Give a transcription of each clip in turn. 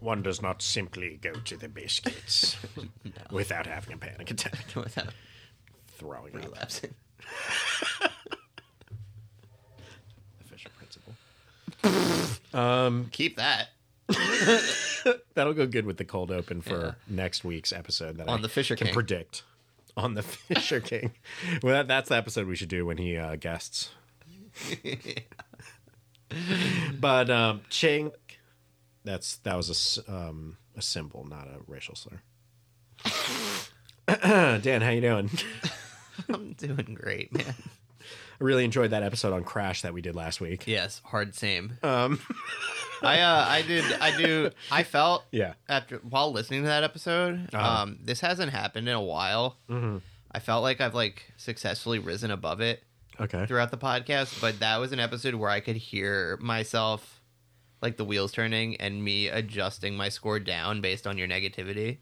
one does not simply go to the biscuits without having a panic attack, without throwing up. relapsing. The Fisher principle. Keep that That'll go good with the cold open for next week's episode. That On I the Fisher can King. predict on the Fisher King. Well, that, that's the episode we should do when he uh, guests. but um, chink. That's that was a s- um, a symbol, not a racial slur. Dan, how you doing? I'm doing great, man. I really enjoyed that episode on Crash that we did last week. Yes, hard same. Um, I uh, I did I do I felt Yeah. after while listening to that episode. Uh-huh. Mm-hmm. Um, this hasn't happened in a while. I felt like I've like successfully risen above it Okay. throughout the podcast, but that was an episode where I could hear myself like the wheels turning and me adjusting my score down based on your negativity.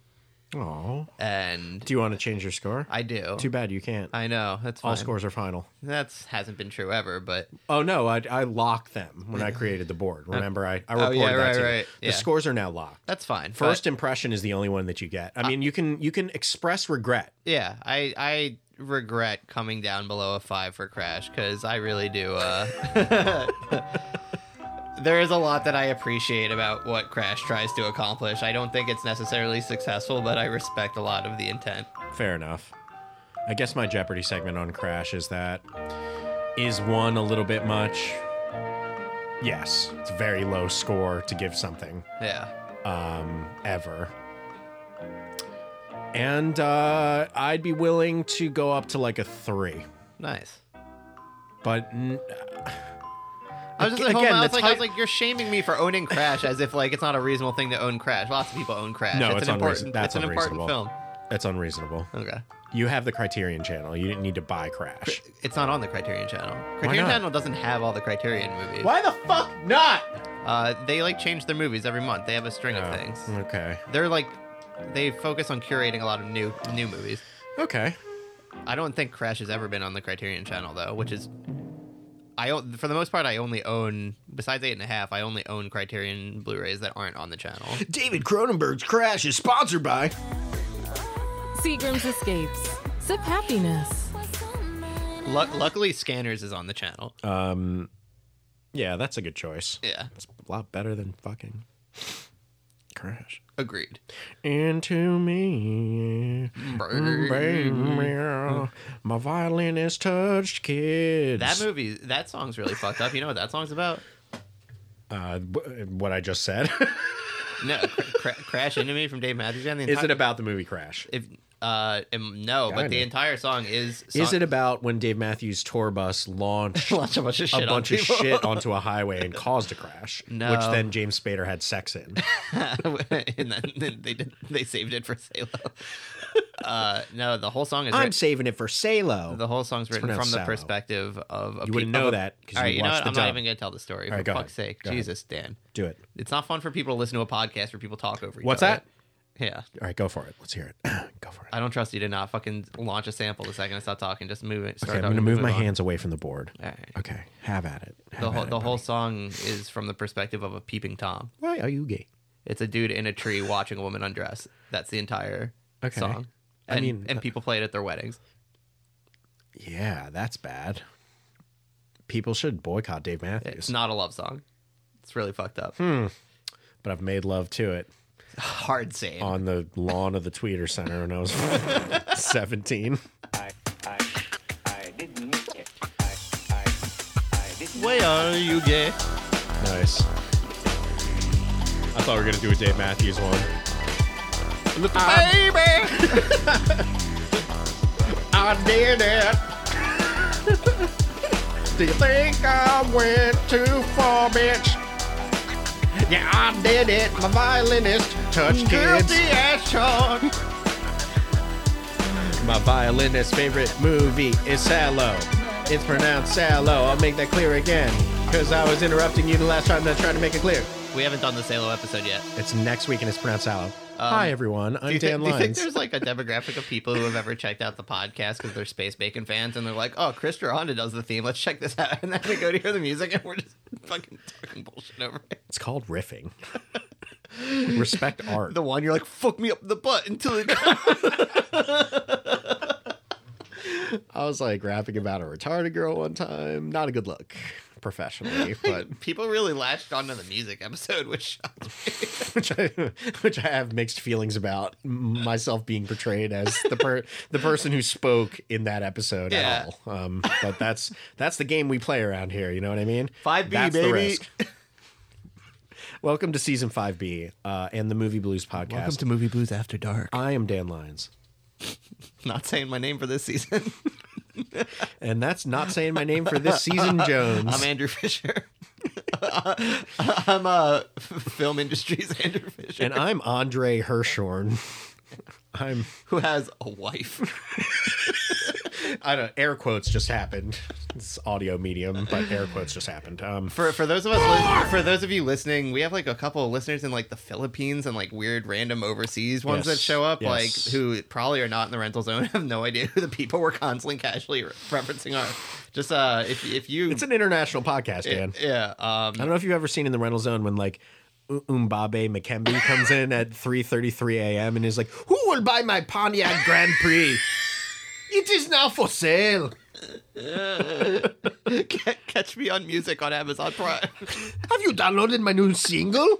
Oh. And Do you want to change your score? I do. Too bad you can't. I know that's fine. All scores are final. That's hasn't been true ever, but Oh no, I, I locked them when I created the board. Remember, I I Oh, reported yeah, that right, to you. right, The yeah. scores are now locked. that's fine. First But, impression is the only one that you get. I mean, you can you can express regret. yeah, I I regret coming down below a five for Crash because I really do. uh There is a lot that I appreciate about what Crash tries to accomplish. I don't think it's necessarily successful, but I respect a lot of the intent. Fair enough. I guess my Jeopardy segment on Crash is that is one a little bit much. Yes, it's a very low score to give something Yeah. um, ever. And uh, I'd be willing to go up to like a three, Nice. but n- I was just at Again, home. I the was, like, I was type- like, you're shaming me for owning Crash as if like it's not a reasonable thing to own Crash. Lots of people own Crash. No, it's, it's an unreason- important. that's it's an important film. unreasonable. that's unreasonable. Okay, You have the Criterion channel. You didn't need to buy Crash. it's not on the Criterion Channel. Criterion not? Channel doesn't have all the Criterion movies. Why the fuck not? Uh, they like change their movies every month. They have a string of things. Okay. They're like, they focus on curating a lot of new new movies. Okay. I don't think Crash has ever been on the Criterion Channel though, which is. I o- for the most part, I only own besides eight and a half. I only own Criterion Blu-rays that aren't on the channel. David Cronenberg's Crash is sponsored by. Seagram's Escapes. Sip happiness. Lu luckily, Scanners is on the channel. Oh. Yeah, that's a good choice. Yeah, It's a lot better than fucking Crash. agreed. Into me, baby, my violin is touched, kids. That movie, that song's really fucked up. You know what that song's about? uh, w- what I just said. No, cr- cr- Crash Into Me from Dave Matthews Band. The is entire, it about the movie Crash? If, uh, um, no, but the Kinda. entire song is. Is song- it about when Dave Matthews' tour bus launched Launched a bunch of shit a on bunch of people. shit onto a highway and caused a crash, No. which then James Spader had sex in? and then then they did, they saved it for Salo. Uh, no, the whole song is. I'm writ- saving it for Salo. the whole song's written from pronounced the Salo. perspective of a You wouldn't peop- know of a- that 'cause All right, you you know watched what? the I'm not dub. even gonna tell the story. right, for go fuck's ahead. sake, Go ahead. Jesus, Dan. Do it. It's not fun for people to listen to a podcast where people talk over each What's other. that? Yeah. All right, go for it. Let's hear it. go for it. I don't trust you to not fucking launch a sample the second I stop talking. Just move it. Start Okay, I'm talking, going to move my it on. hands away from the board. All right. Okay, have at it. Have The whole at it, the whole buddy. song is from the perspective of a peeping tom. Why are you gay? It's a dude in a tree watching a woman undress. That's the entire Okay. song. I And, mean, and people play it at their weddings. Yeah, that's bad. People should boycott Dave Matthews. It's not a love song. It's really fucked up. but I've made love to it Hard save. on the lawn of the Tweeter Center when I was 17. Where are you gay? Nice. I thought we were going to do a Dave Matthews one. Ah. Baby! I did it. Do you think I went too far, bitch? Yeah, I did it. My violinist touched kids. Guilty as charged. My violinist's favorite movie is Sallow. It's pronounced Sallow. I'll make that clear again. Because I was interrupting you the last time that I tried to make it clear. We haven't done the Salo episode yet. It's next week and it's pronounced Sallow. Hi, everyone. Do I'm you, thi- Dan do you think Lyons. there's like a demographic of people who have ever checked out the podcast because they're Space Bacon fans and they're like, oh, Chris Duranda does the theme. Let's check this out. And then we go to hear the music and we're just fucking talking bullshit over it. It's called riffing. Respect art. The one you're like, fuck me up the butt until it. I was like rapping about a retarded girl one time. Not a good look professionally, but People really latched onto the music episode, which shocked me. which I which I have mixed feelings about myself being portrayed as the per the person who spoke in that episode Yeah. at all. Um, but that's that's the game we play around here. You know what I mean? 5B, That's baby. Welcome to season five B uh, and the Movie Blues podcast. Movie Blues After Dark. I am Dan Lyons, Not saying my name for this season. and that's not saying my name for this season, Jones. I'm Andrew Fisher. I'm uh, film industry's Andrew Fisher, and I'm Andre Hershorn. I'm who has a wife. I don't air quotes just happened. It's audio medium, but air quotes just happened. Um, For for those of us lis- for those of you listening, we have like a couple of listeners in like the Philippines and like weird random overseas ones Yes, that show up, yes. like who probably are not in the rental zone. Have no idea who the people we're constantly casually re- referencing are. Just uh, if if you it's an international podcast, Dan. yeah um I don't know if you've ever seen in the rental zone when like U- Umbabe McKembe comes in at 3:33 a.m. and is like, "Who will buy my Pontiac Grand Prix? It is now for sale." ca- catch me on music on Amazon Prime. Have you downloaded my new single?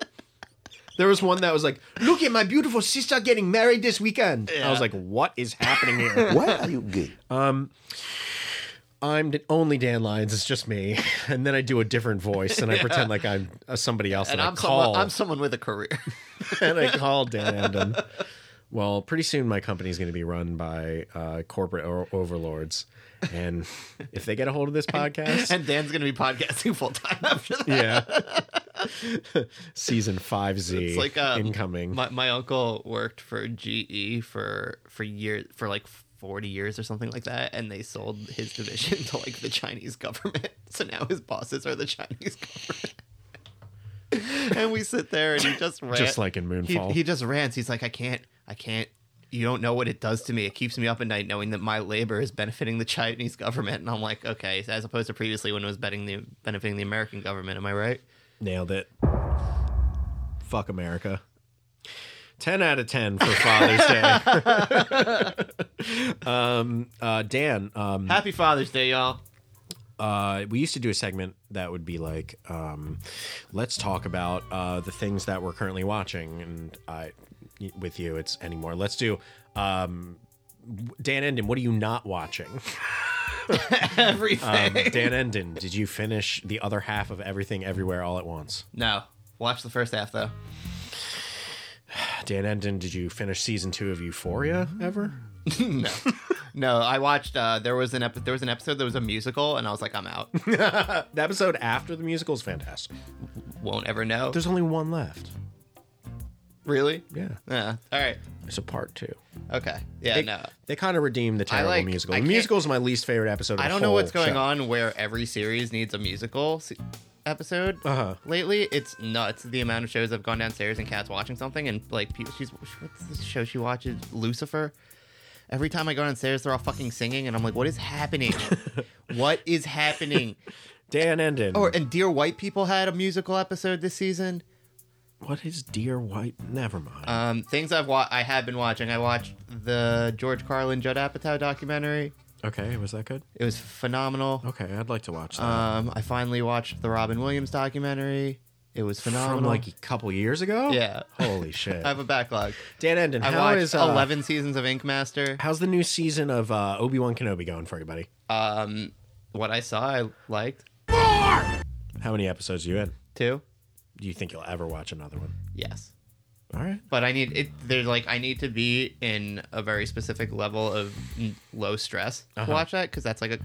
There was one that was like, "Look at my beautiful sister getting married this weekend." I was Yeah. like, "What is happening here?" Why are you gay? I'm d- only Dan Lyons. It's just me, and then I do a different voice, and I pretend like I'm uh, somebody else. and that I'm I call, someone I'm someone with a career. and I call Dan Amden. Well, pretty soon my company's going to be run by uh, corporate o- overlords, and if they get a hold of this podcast, and Dan's gonna be podcasting full time after that. yeah, season five Z, It's like um, incoming. My, my uncle worked for GE for for years for like forty years or something like that, and they sold his division to like the Chinese government. So now his bosses are the Chinese government. and we sit there and he just rants. Just like in he, Moonfall, he just rants. He's like, I can't, I can't. You don't know what it does to me. It keeps me up at night knowing that my labor is benefiting the Chinese government. And I'm like, okay, as opposed to previously when it was betting the, benefiting the American government. Am I right? nailed it. Fuck America. Ten out of ten for Father's Day. um, uh, Dan, um, Happy Father's Day, y'all. uh, we used to do a segment that would be like, um, let's talk about uh, the things that we're currently watching. And I, with you, it's anymore. Let's do um, Dan Endon. What are you not watching? Everything. Um, Dan Endon, did you finish the other half of Everything Everywhere All at Once? No. Watch the first half though. Dan Endon, did you finish season two of Euphoria ever? no. No, I watched uh there was an epi- there was an episode that was a musical and I was like I'm out. The episode after the musical is fantastic. Won't ever know. There's only one left. really? Yeah, Yeah. All right. it's a part two. Okay. Yeah, They, no. they kind of redeemed the terrible like- musical. I The can't- musical is my least favorite episode. Of I the don't know what's whole going show. on where every series needs a musical se- episode Uh-huh. lately. It's nuts the amount of shows I've gone downstairs and Kat's watching something and like pe- she's what's this show she watches Lucifer. Every time I go downstairs, they're all fucking singing, and I'm like, "What is happening? what is happening?" Dan Endon. Or and Dear White People had a musical episode this season. What is dear white? Never mind. Um, things I've wa- I have been watching. I watched the George Carlin Judd Apatow documentary. okay, was that good? It was phenomenal. Okay, I'd like to watch that. Um, I finally watched the Robin Williams documentary. It was phenomenal. From like a couple years ago. Yeah. Holy shit. I have a backlog. Dan Endon, I how watched is uh, eleven seasons of Ink Master. How's the new season of uh, Obi Wan Kenobi going for you, buddy? Um, what I saw, I liked. How many episodes are you in? Two, Do you think you'll ever watch another one? yes. All right. But I need it. There's like I need to be in a very specific level of n- low stress to watch that because that's like a.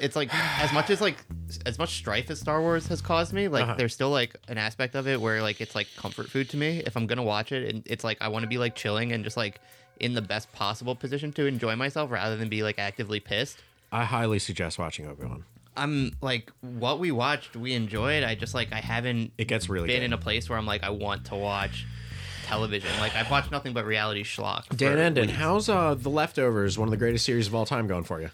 It's like as much as like as much strife as Star Wars has caused me, like Uh-huh. there's still like an aspect of it where like it's like comfort food to me. If I'm gonna watch it, and it's like I want to be like chilling and just like in the best possible position to enjoy myself rather than be like actively pissed. I highly suggest watching Obi Wan. I'm like what we watched, we enjoyed. I just like I haven't It gets really been good. in a place where I'm like I want to watch television. Like I've watched nothing but reality schlock. Dan for Endon, how's uh, The Leftovers, one of the greatest series of all time, going for you?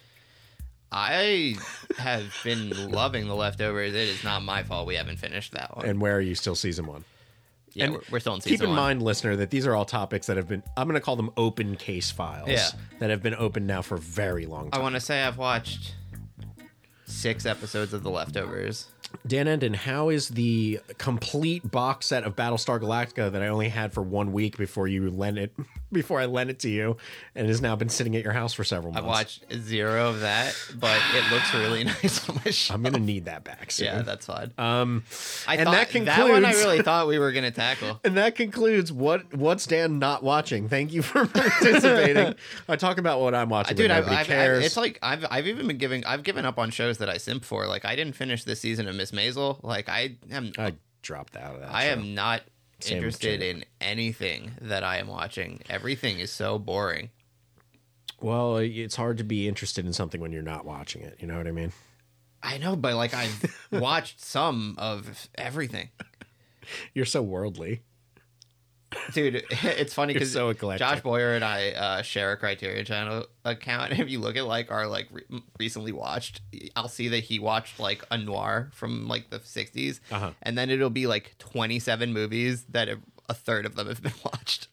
I have been loving the leftovers. It is not my fault we haven't finished that one. And where are you still season one? Yeah, And we're, we're still in season Keep in one. mind, listener, that these are all topics that have been, I'm going to call them open case files Yeah. Oh. that have been open now for a very long I time. want to say I've watched six episodes of The Leftovers. Dan Enden, how is the complete box set of Battlestar Galactica that I only had for one week before you lent it, before I lent it to you, and has now been sitting at your house for several I months? watched zero of that, but it looks really nice on my shelf. I'm going to need that back soon. Yeah, that's fine. um, I and thought that one I concludes- really thought we were gonna tackle. And that concludes what what's Dan not watching. Thank you for participating. I talk about what I'm watching, Dude, but I, nobody I've, i cares. it's like I've I've even been giving I've given up on shows that I simp for. Like I didn't finish this season of Miss Maisel. Like I am I dropped out of that. I show. am not Same with interested Jimmy. in anything that I am watching. Everything is so boring. Well, it's hard to be interested in something when you're not watching it. You know what I mean? I know, but like I've watched some of everything. You're so worldly. dude it's funny You're because so eclectic. josh boyer and i uh, share a criteria channel account and if you look at like our like re- recently watched i'll see that he watched like a noir from like the 60s Uh-huh. and then it'll be like 27 movies that a- a third of them have been watched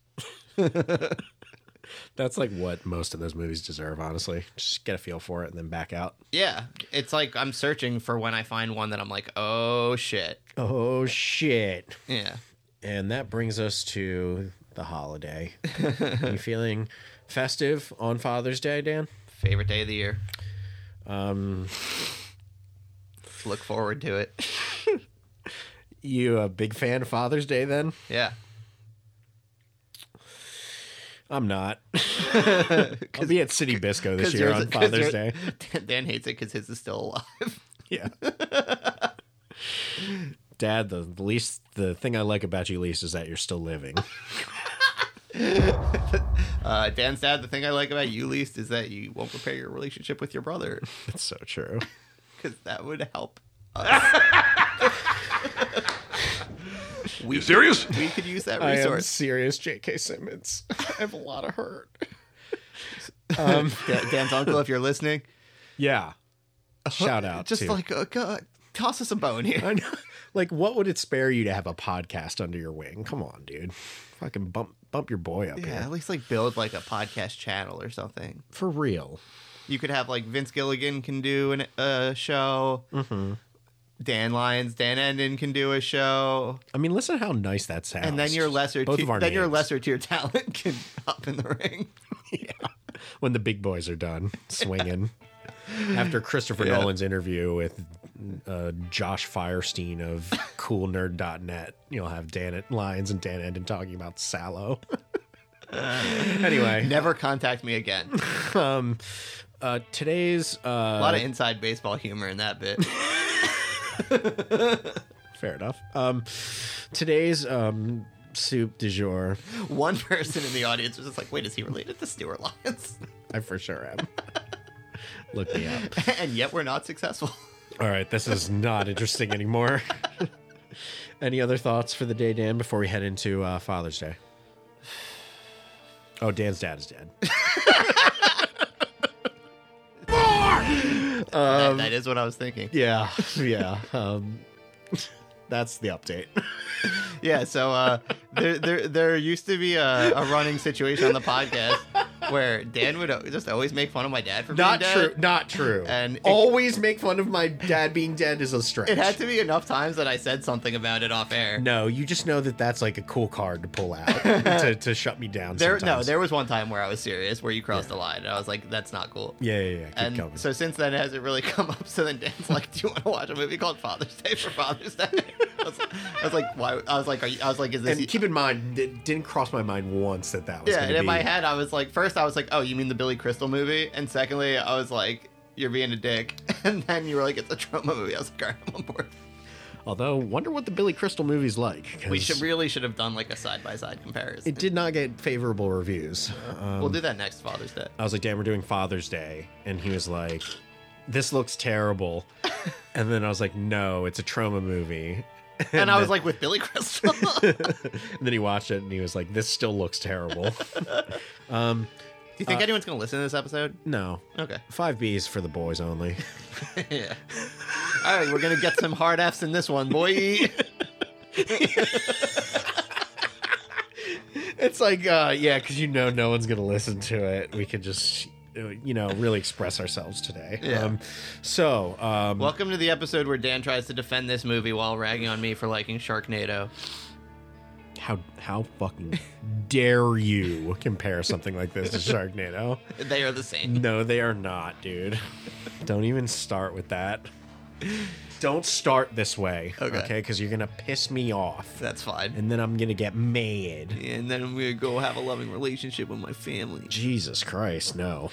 That's like what most of those movies deserve, honestly. Just get a feel for it and then back out. yeah it's like i'm searching for when i find one that i'm like oh shit Oh shit. yeah And that brings us to the holiday. you feeling festive on Father's Day, Dan? favorite day of the year Um look forward to it You a big fan of Father's Day then? yeah I'm not. I'll be at City Bisco this 'Cause year yours- on 'cause Father's Day. yours- dan hates it because his is still alive Yeah. Dad, the least the thing I like about you least is that you're still living. Uh, Dan's dad, the thing I like about you least is that you won't prepare your relationship with your brother That's so true. because that would help us. we, you serious? We could use that I am resource. serious, J.K. Simmons. I have a lot of hurt. Um, Da- Dan's uncle, if you're listening, Yeah. Shout out. just to- like uh, go- toss us a bone here. I know. Like, what would it spare you to have a podcast under your wing? Come on, dude. Fucking bump bump your boy up Yeah, here at least like build like a podcast channel or something. for real. You could have like Vince Gilligan can do an, a show. Mm-hmm. Dan Lyons, Dan Enden can do a show. I mean, listen how nice that sounds. and then your lesser Both tier, of our then your names. lesser tier talent can up in the ring. when the big boys are done swinging after Christopher Yeah. Nolan's interview with uh, Josh Firestein of coolnerd.net you'll have Dan Lyons and Dan Enden talking about Sallow anyway Never contact me again. um uh today's uh A lot of inside baseball humor in that bit. fair enough um today's um soup du jour One person in the audience was just like, "Wait, is he related to Stuart Lyons?" I for sure am look me up and yet we're not successful. all right this is not interesting anymore Any other thoughts for the day, Dan, before we head into uh, Father's Day? Oh, Dan's dad is dead. That- that is what I was Um, thinking. Yeah, yeah. Um, that's the update. Yeah. So uh, there, there, there used to be a, a running situation on the podcast where Dan would o- just always make fun of my dad for Not being true. dead. Not true. And it- always make fun of my dad being dead is a stretch. It had to be enough times that I said something about it off air. no, you just know that that's like a cool card to pull out to, to shut me down. there, no, sometimes. there was one time where I was serious, where you crossed the line, and I was like, "That's not cool." Yeah, yeah, yeah. Keep And going. so since then, it hasn't really come up. So then Dan's like, "Do you want to watch a movie called Father's Day for Father's Day?" I was, I was like, "Why?" I was like, Are you, "I was like, is this?" and keep in mind, it didn't cross my mind once that that was. yeah, gonna and in be- my head, I was like, first, I was like, "Oh, you mean the Billy Crystal movie?" And secondly, I was like, "You're being a dick." And then you were like, "It's a trauma movie." I was like, "All right, I'm on board." Although, wonder what the Billy Crystal movie's like. We 'cause should really should have done like a side by side comparison. it Um, did not get favorable reviews. we'll do that next Father's Day. I was like, Dan, we're doing Father's Day. And he was like, this looks terrible. And then I was like, no, it's a trauma movie. And I was like, with Billy Crystal. Do And then he watched it and he was like, this still looks terrible. you Uh, think anyone's gonna listen to this episode? no. Okay. 5B is for the boys only. Yeah. All right, we're gonna get some hard F's in this one, boy. It's like, uh, yeah, because you know no one's going to listen to it. We could just, uh, you know, really express ourselves today. Yeah. Um, so, um, Welcome to the episode where Dan tries to defend this movie while ragging on me for liking Sharknado. how how fucking dare you compare something like this to Sharknado? They are the same. No, they are not, dude. Don't even start with that. Don't start this way, Okay. okay? Because you're gonna piss me off, That's fine. and then I'm gonna get mad. And then I'm gonna go have a loving relationship with my family. Jesus Christ, no.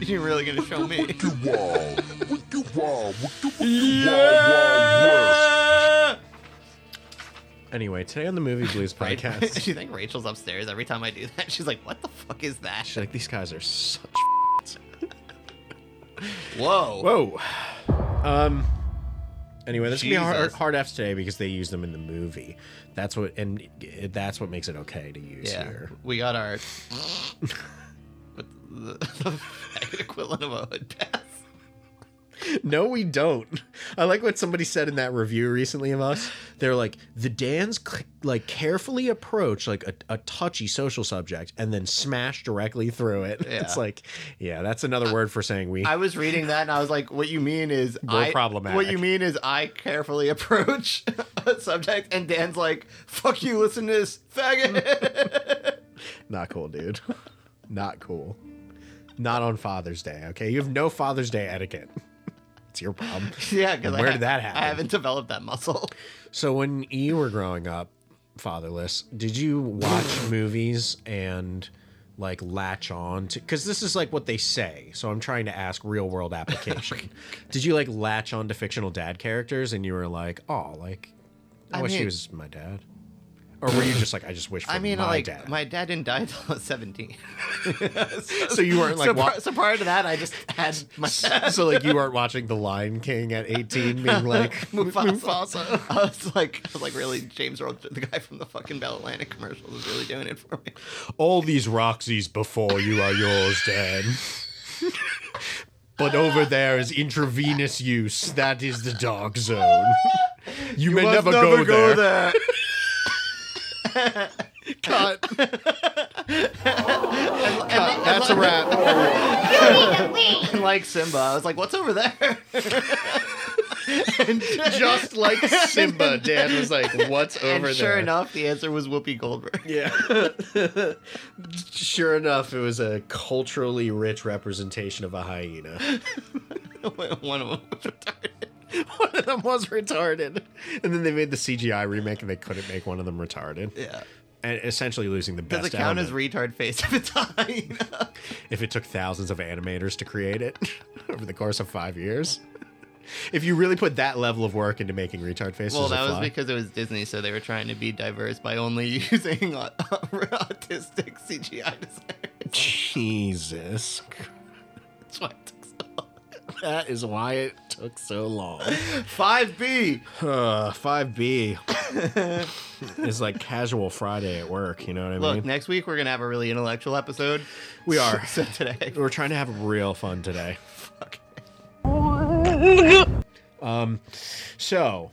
You're really gonna show me? Wow. Wicked wow. Wicked wicked wow. Anyway, today on the Movie Blues Right? podcast, you think Rachel's upstairs every time I do that? She's like, "What the fuck is that?" she's like, "These guys are such." Whoa. Whoa. Um. Anyway, there's gonna be hard, Jesus. hard F's today because they use them in the movie. That's what, and it- that's what makes it okay to use Yeah, here. we got our what the, the equivalent of a hood pass. No, we don't. I like what somebody said in that review recently of us. They're like, the Dans cl- like carefully approach like a, a touchy social subject and then smash directly through it. Yeah. It's like, yeah, that's another word for saying we. I was reading that and I was like, "What you mean is We're I problematic. What you mean is I carefully approach a subject, and Dan's like, "Fuck you, listen to this faggot." Not cool, dude. Not cool. Not on Father's Day. Okay, you have no Father's Day etiquette. It's your problem. yeah, because Where did that happen? I haven't developed that muscle. So when you were growing up, fatherless, did you watch movies and like latch on to because this is like what they say so i'm trying to ask real world application did you like latch on to fictional dad characters and you were like oh like i, I wish he mean- was my dad or were you just like i just wish for I mean, my like dad my dad didn't die until I was seventeen. so you weren't like so, wa- pri- so prior to that, I just had my dad. so like you weren't watching the lion king at 18 being like Mufasa. I was like, I was like, really, James Earl, the guy from the fucking Bell Atlantic commercials, is really doing it for me. All these Roxy's before you are yours, Dan. but over there is intravenous use. That is the dark zone. You, may never, go, there. Cut. Cut. That's a wrap. And like Simba, I was like, what's over there? and Just like Simba, Dan was like, "What's over and there?" sure enough, the answer was Whoopi Goldberg. Yeah. sure enough, it was a culturally rich representation of a hyena. One of them was retarded. one of them was retarded. And then they made the CGI remake and they couldn't make one of them retarded. Yeah. And essentially losing the best Does it count as element retard face if it's time? if it took thousands of animators to create it over the course of five years. If you really put that level of work into making retard faces, well, a that was fly- because it was Disney, so they were trying to be diverse by only using au- autistic CGI designers. Jesus. That's why it took so long. That is why it took so long. Five B. Uh, 5B is like casual Friday at work, you know what I Look, mean? next week we're gonna have a really intellectual episode. We are. So today, We're trying to have real fun today. fuck. Um, So,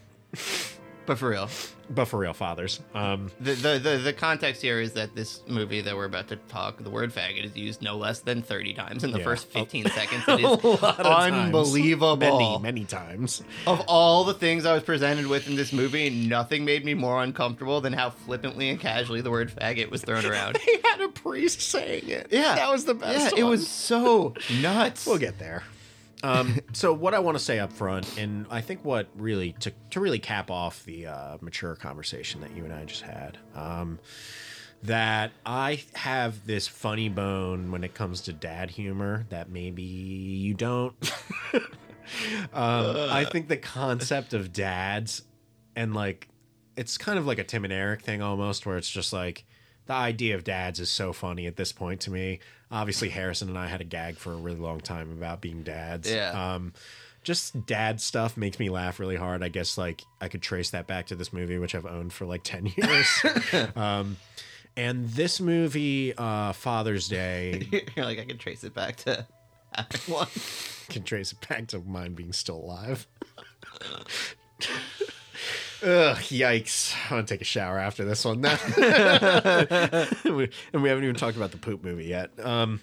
But for real, but for real, fathers. Um, the, the the the context here is that this movie that we're about to talk, the word faggot is used no less than thirty times in the Yeah. first fifteen seconds. It is unbelievable. Many, many times. Of all the things I was presented with in this movie, nothing made me more uncomfortable than how flippantly and casually the word faggot was thrown around. He had a priest saying it. Yeah. That was the yeah, best. it one. was so nuts. We'll get there. Um, so what I want to say up front, and I think what really to to really cap off the uh, mature conversation that you and I just had, um, that I have this funny bone when it comes to dad humor that maybe you don't. um, I think the concept of dads and like it's kind of like a Tim and Eric thing almost, where it's just like the idea of dads is so funny at this point to me. Obviously, Harrison and I had a gag for a really long time about being dads. Yeah. Um, just dad stuff makes me laugh really hard. I guess like I could trace that back to this movie, which I've owned for like ten years. um, and this movie, uh, Father's Day, You're like I can trace it back to one. can trace it back to mine being still alive. Ugh, yikes. I'm going to take a shower after this one. No. We- and we haven't even talked about the poop movie yet. Um,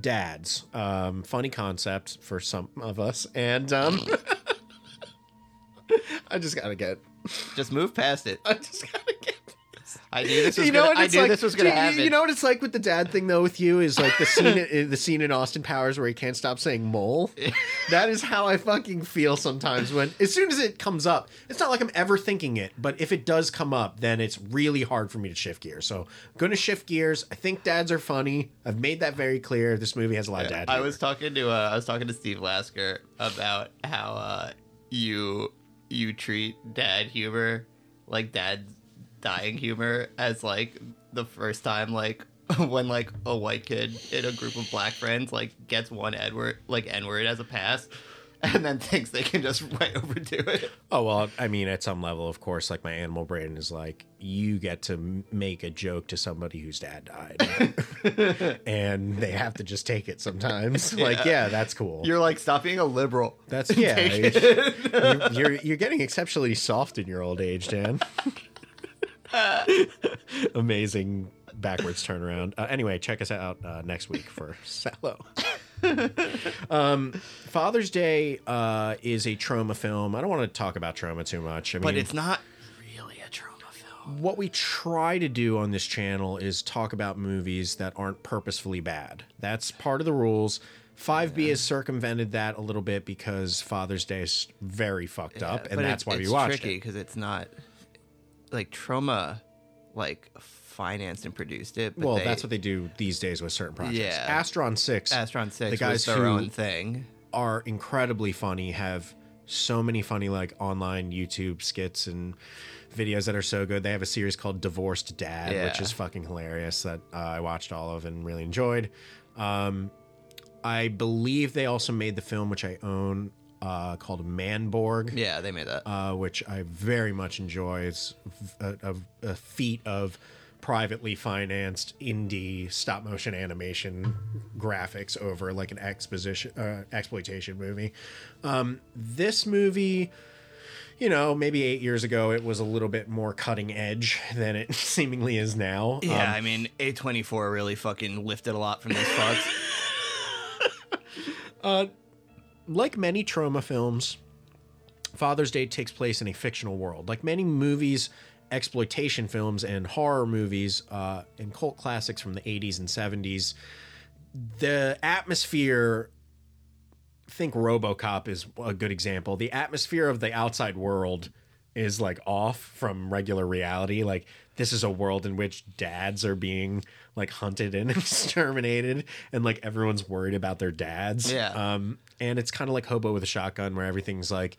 dads. Um, funny concept for some of us. And um, I just got to get. Just move past it. I just got to get. I knew this was You know gonna, what I it's knew like- this was gonna you- happen. You know what it's like with the dad thing though with you is like the scene i- the scene in Austin Powers where he can't stop saying mole. that is how I fucking feel sometimes when as soon as it comes up. It's not like I'm ever thinking it, but if it does come up, then it's really hard for me to shift gears. So, I'm going to shift gears. I think dads are funny. I've made that very clear. This movie has a lot of dad. I humor. was talking to uh, I was talking to Steve Lasker about how uh, you you treat dad humor like dad's dying humor as like the first time like when like a white kid in a group of black friends like gets one Edward like N word as a pass and then thinks they can just right overdo it. Oh well, I mean, at some level, of course, like my animal brain is like, you get to m- make a joke to somebody whose dad died, and they have to just take it sometimes. Like, yeah, that's cool. You're like stop being a liberal. that's yeah. Take you- You're, you're getting exceptionally soft in your old age, Dan. Amazing backwards turnaround. Uh, anyway, check us out uh, next week for Sallow. um, Father's Day uh, is a trauma film. I don't want to talk about trauma too much. I mean, But it's not really a trauma film. what we try to do on this channel is talk about movies that aren't purposefully bad. That's part of the rules. 5B has circumvented that a little bit because Father's Day is very fucked up, and But that's it- why we it's watched tricky it. because it's not like trauma, like financed and produced it. But Well, they, that's what they do these days with certain projects. Yeah. Astron 6 Astron Six the guys was their who- own thing. are incredibly funny, have so many funny like online YouTube skits and videos that are so good. They have a series called Divorced Dad, which Yeah. is fucking hilarious that uh, I watched all of and really enjoyed. Um, I believe they also made the film which I own uh, called Manborg Yeah, they made that. uh, which I very much enjoy. It's a, a, a feat of privately financed indie stop motion animation graphics over like an exposition uh, exploitation movie. Um, this movie. You know, maybe eight years ago, it was a little bit more cutting edge than it seemingly is now. yeah, Um, I mean, A twenty four really fucking lifted a lot from those fucks. like many trauma films, Father's Day takes place in a fictional world. Like many movies, exploitation films, and horror movies, uh, and cult classics from the 80s and 70s, the atmosphere. Think RoboCop is a good example. The atmosphere of the outside world is like off from regular reality. Like this is a world in which dads are being like hunted and exterminated, and like everyone's worried about their dads. Yeah. Um, and it's kind of like Hobo with a Shotgun, where everything's like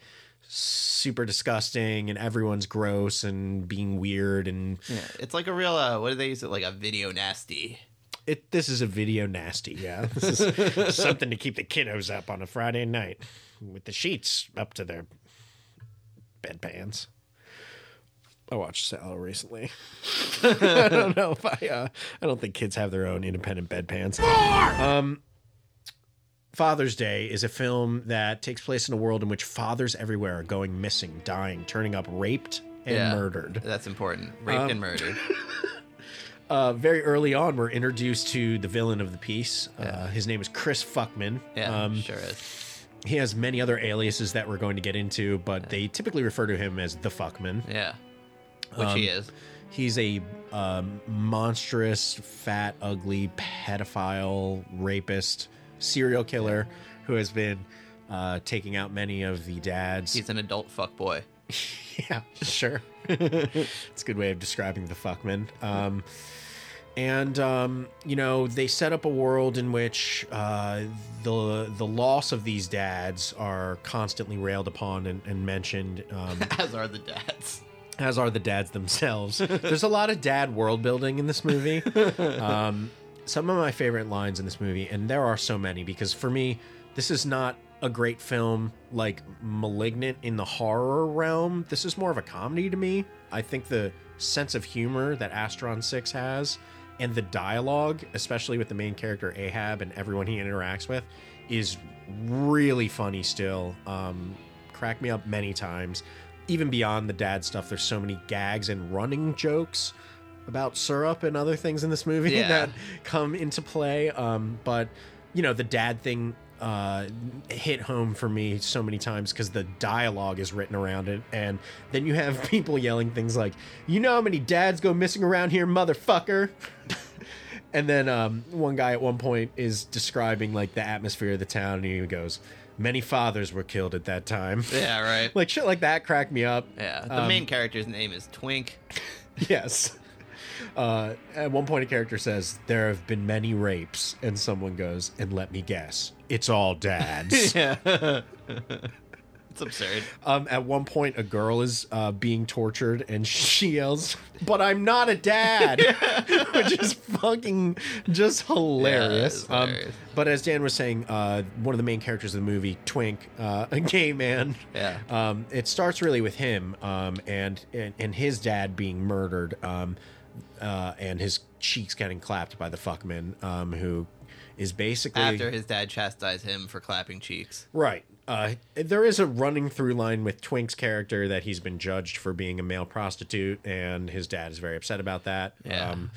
super disgusting and everyone's gross and being weird and yeah, it's like a real uh, what do they use it like a video nasty. it this is a video nasty yeah this is something to keep the kiddos up on a friday night with the sheets up to their bedpans i watched sallow recently i don't know if i uh, i don't think kids have their own independent bedpans um Father's Day is a film that takes place in a world in which fathers everywhere are going missing, dying, turning up raped and Yeah. murdered That's important. Raped Um, and murdered. uh, very early on, we're introduced to the villain of the piece. Uh, his name is Chris Fuckman. Yeah, Um, sure is. he has many other aliases that we're going to get into, but they typically refer to him as the Fuckman. Yeah, which um, he is. He's a um, monstrous, fat, ugly pedophile, rapist, serial killer who has been uh, taking out many of the dads. He's an adult fuck boy. Yeah, sure. it's a good way of describing the fuckman. Um, and um, you know, they set up a world in which uh, the the loss of these dads are constantly railed upon and, and mentioned, um, As are the dads. as are the dads themselves. There's a lot of dad world building in this movie. Um, some of my favorite lines in this movie, and there are so many, because for me, this is not a great film like Malignant in the horror realm. This is more of a comedy to me. I think the sense of humor that Astron 6 has and the dialogue, especially with the main character Ahab and everyone he interacts with, is really funny still. Um, cracked me up many times. even beyond the dad stuff, there's so many gags and running jokes about syrup and other things in this movie Yeah. that come into play. Um, but you know, the dad thing uh, hit home for me so many times because the dialogue is written around it, and then you have people yelling things like, "You know how many dads go missing around here, motherfucker." And then um, one guy at one point is describing like the atmosphere of the town, and he goes, "Many fathers were killed at that time." Yeah, right. like shit like that cracked me up. yeah, the Um, main character's name is Twink. Yes. Uh, at one point, a character says, "There have been many rapes," and someone goes, "And let me guess, it's all dads." Yeah, it's absurd. um, at one point, a girl is uh, being tortured, and she yells, "But I'm not a dad," which is fucking just hilarious. Yeah, it's hilarious. Um, but as Dan was saying, uh, one of the main characters of the movie, Twink, uh, a gay man. Yeah. Um, it starts really with him um, and, and and his dad being murdered, um, uh, and his cheeks getting clapped by the fuckman, um, who is basically After his dad chastised him for clapping cheeks. Right. Uh, there is a running through line with Twink's character that he's been judged for being a male prostitute, and his dad is very upset about that. Um,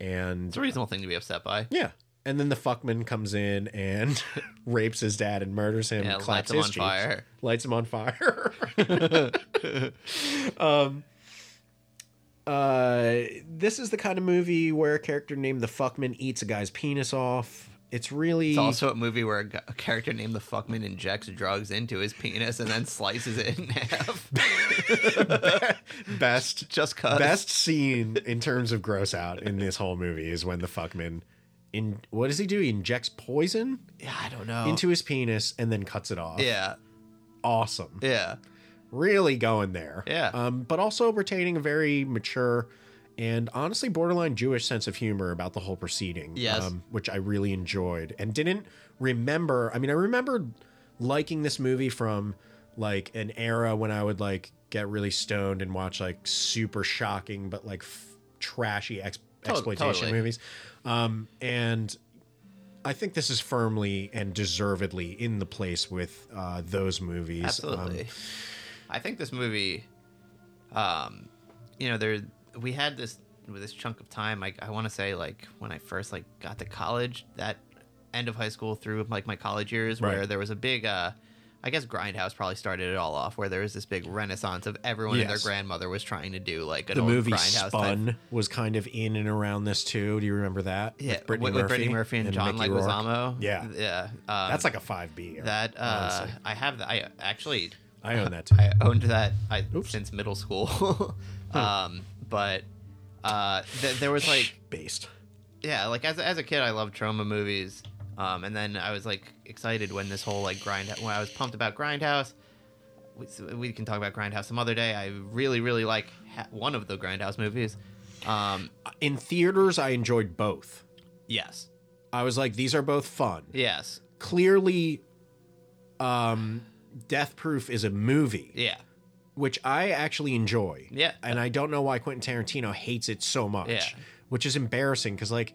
Yeah. and It's a reasonable thing to be upset by. yeah. And then the fuckman comes in and rapes his dad and murders him, Yeah, and claps lights him his on cheeks, fire. lights him on fire. um, uh, this is the kind of movie where a character named the fuckman eats a guy's penis off. It's really It's also a movie where a, gu- a character named the Fuckman injects drugs into his penis and then slices it in half. best Just cause. best scene in terms of gross out in this whole movie is when the fuckman in what does he do? He injects poison Yeah, I don't know. into his penis and then cuts it off. Uh. yeah, Awesome. yeah, Really going there. Yeah. Um, but also retaining a very mature and honestly borderline Jewish sense of humor about the whole proceeding. um, Yes. which I really enjoyed and didn't remember. I mean, I remembered liking this movie from like an era when I would like get really stoned and watch like super shocking but like f- trashy ex- Tot- exploitation totally. movies. Um, and I think this is firmly and deservedly in the place with uh, those movies. Um, absolutely. I think this movie, um, you know, there we had this with this chunk of time. Like I want to say, like when I first like got to college, that end of high school through like my college years, where Right. there was a big. uh I guess Grindhouse probably started it all off, where there was this big renaissance of everyone and their Yes. grandmother was trying to do like an the old movie Grindhouse type Spun was kind of in and around this too. Do you remember that? Yeah, with with Brittany, Murphy and, John Mickey Rourke. Leguizamo. Yeah, yeah. Um, that's like a five B. that. Uh, I have. that. I actually, I own that too. I owned that I, Oops. since middle school. um, but uh, th- there was like, based. yeah, like as as a kid, I loved trauma movies. Um, and then I was like excited when this whole like grind. When I was pumped about Grindhouse. We, so we can talk about Grindhouse some other day. I really, really like ha- one of the Grindhouse movies. Um, In theaters, I enjoyed both. yes, I was like, these are both fun. yes, Clearly, um, Death Proof is a movie. yeah. which I actually enjoy. Yeah. And I don't know why Quentin Tarantino hates it so much, Yeah. which is embarrassing because, like,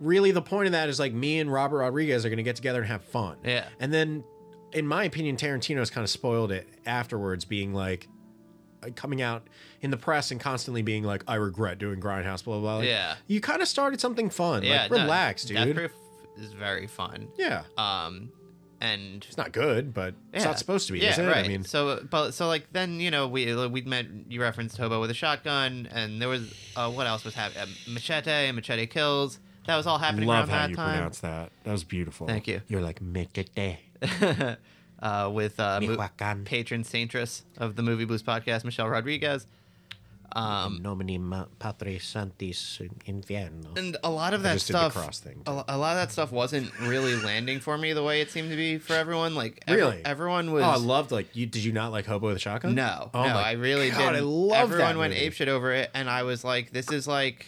really the point of that is like me and Robert Rodriguez are going to get together and have fun. Yeah. And then, in my opinion, Tarantino's kind of spoiled it afterwards, being like, uh, coming out in the press and constantly being like, I regret doing Grindhouse, blah, blah, blah. Like, Yeah. You kind of started something fun. Yeah, like, no, relax, Death dude. Proof is very fun. yeah. Um, and It's not good, but it's yeah. not supposed to be, Yeah, is it? right. I mean, so but so like then you know we we met you referenced Hobo with a shotgun, and there was uh, what else was happening? Uh, machete and Machete Kills. That was all happening love around how that you time. pronounce that. That was beautiful. Thank you. You're like, make it day. uh, with uh, mo- Michoacan. patron saintress of the Movie Blues podcast, Michelle Rodriguez. Mm. In nomine Um, ma- Patris Sanctis Inferno. And a lot of that just did the stuff, cross thing. A, a lot of that stuff wasn't really landing for me the way it seemed to be for everyone. Like ev- Really? everyone was. oh, I loved like you. Did you not like Hobo with a Shotgun? No, oh no, my I really God, didn't. I love Everyone that went movie. apeshit over it, and I was like, "This is like."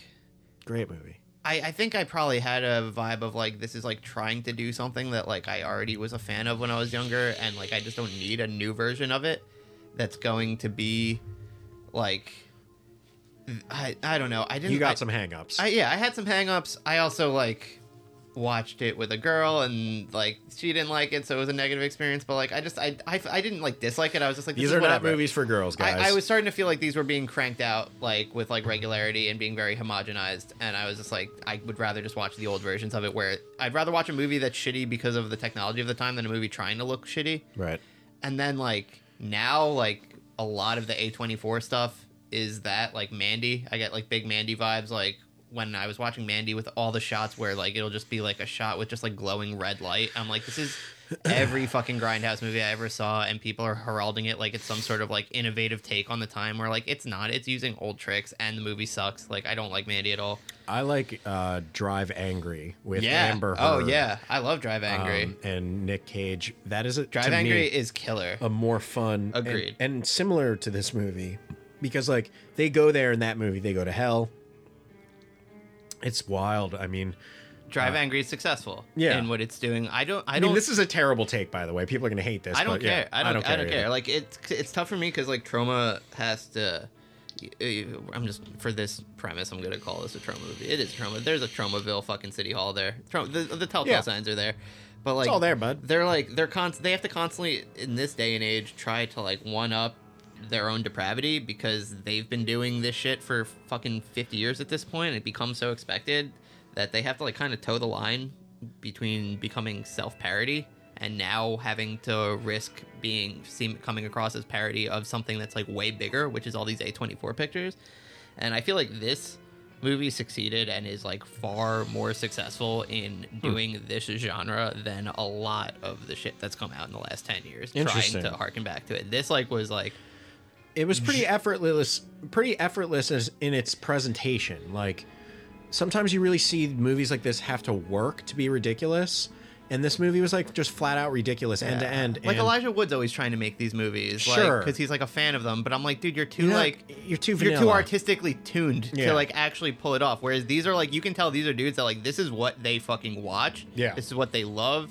Great movie. I, I think I probably had a vibe of like this is like trying to do something that like I already was a fan of when I was younger, and like I just don't need a new version of it that's going to be like I I don't know. I didn't. You got I- some hangups. I, yeah, I had some hangups. I also like watched it with a girl and like she didn't like it, so it was a negative experience. But like I just I I, I didn't like dislike it. I was just like this These is are not whatever. movies for girls, guys. I, I was starting to feel like these were being cranked out like with like regularity and being very homogenized and I was just like I would rather just watch the old versions of it where I'd rather watch a movie that's shitty because of the technology of the time than a movie trying to look shitty. right. And then like now like a lot of the A24 stuff is that like Mandy. I get like big Mandy vibes like when I was watching Mandy with all the shots where like it'll just be like a shot with just like glowing red light. I'm like this is every fucking grindhouse movie I ever saw and people are heralding it like it's some sort of like innovative take on the time where like it's not. It's using old tricks and the movie sucks. Like I don't like Mandy at all. I like uh, Drive Angry with Amber. Oh Heard, yeah. I love Drive um, Angry. and Nick Cage. That is a, Drive to Angry me, is killer. a more fun and- Agreed. And, similar to this movie because like they go there in that movie they go to hell it's wild i mean Drive Angry is successful yeah. in what it's doing. I don't I, i, don't mean this is a terrible take by the way people are gonna hate this I don't but, yeah, care. I, don't, I don't. care. either. Like it's it's tough for me because like trauma has to. I'm just for this premise. I'm gonna call this a trauma movie. It is trauma. There's a Traumaville fucking city hall there. Trauma, the, the telltale Yeah. signs are there, but like all there, bud. They're like they're const. They have to constantly in this day and age try to like one up their own depravity because they've been doing this shit for fucking 50 years at this point. It becomes so expected that they have to like kind of toe the line between becoming self-parody and now having to risk being seem coming across as parody of something that's like way bigger, which is all these A24 pictures. And I feel like this movie succeeded and is like far more successful in doing this genre than a lot of the shit that's come out in the last 10 years trying Interesting. to harken back to it. This like was like it was pretty effortless pretty effortless as in its presentation like sometimes you really see movies like this have to work to be ridiculous and this movie was like just flat out ridiculous end to end Like and Elijah Wood's always trying to make these movies, like 'cause Sure. because he's like a fan of them. But I'm like, dude, you're too you're not- like you're too you're too vanilla. artistically tuned Yeah. to like actually pull it off. Whereas these are like you can tell these are dudes that like this is what they fucking watch. Yeah. this is what they love.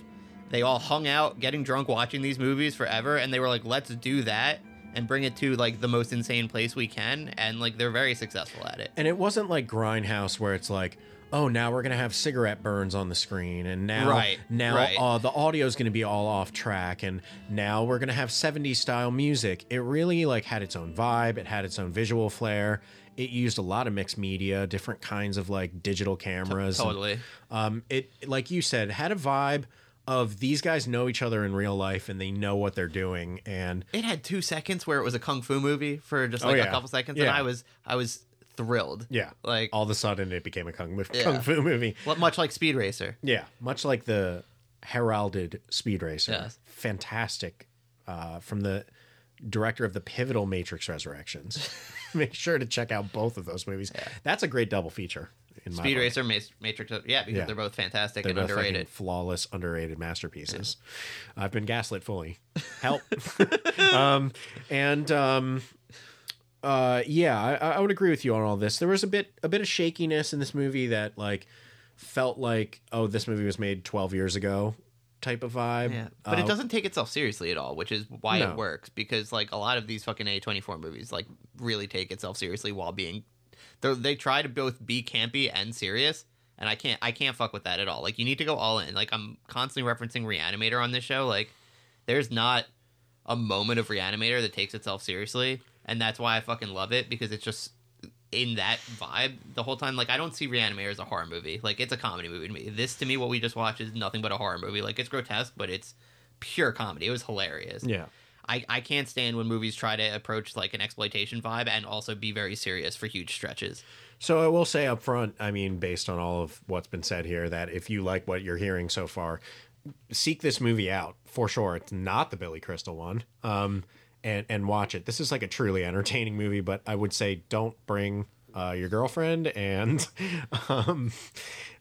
They all hung out, getting drunk, watching these movies forever, and they were like, let's do that and bring it to like the most insane place we can. And like they're very successful at it. and it wasn't like grindhouse where it's like oh now we're gonna have cigarette burns on the screen and now Right, now right. Uh, the audio is gonna be all off track and now we're gonna have 70s style music it really like had its own vibe it had its own visual flair it used a lot of mixed media different kinds of like digital cameras and, Totally. um, it like you said had a vibe of these guys know each other in real life and they know what they're doing and it had two seconds where it was a kung fu movie for just Oh, like a yeah. couple seconds, and Yeah. I was I was thrilled. yeah like all of a sudden it became a kung, Yeah. kung fu movie Well, much like Speed Racer. Yeah, much like the heralded Speed Racer. Yes. Fantastic uh, from the director of the pivotal Matrix Resurrections. Make sure to check out both of those movies. That's a great double feature. In my Speed book. Racer, Mas- Matrix. uh, Yeah, because Yeah. they're both fantastic They're and both fucking underrated. flawless, underrated masterpieces. I've been gaslit fully. Help. um, and um, uh, yeah, I, I would agree with you on all this. There was a bit a bit of shakiness in this movie that like felt like oh this movie was made twelve years ago type of vibe. Yeah, but it Uh, doesn't take itself seriously at all, which is why No. it works. Because like a lot of these fucking A twenty four movies, like really take itself seriously while being, they're- they try to both be campy and serious. And I can't, I can't fuck with that at all. Like you need to go all in. Like I'm constantly referencing Reanimator on this show. Like there's not a moment of Reanimator that takes itself seriously, and that's why I fucking love it because it's just in that vibe the whole time. Like I don't see Reanimator as a horror movie. Like it's a comedy movie to me. This to me, what we just watched is nothing but a horror movie. Like it's grotesque, but it's pure comedy. It was hilarious. Yeah. I, I can't stand when movies try to approach like an exploitation vibe and also be very serious for huge stretches. So I will say up front, I mean, based on all of what's been said here, that if you like what you're hearing so far, seek this movie out for sure. It's not the Billy Crystal one, um, and and watch it. This is like a truly entertaining movie, but I would say don't bring uh, your girlfriend. And um,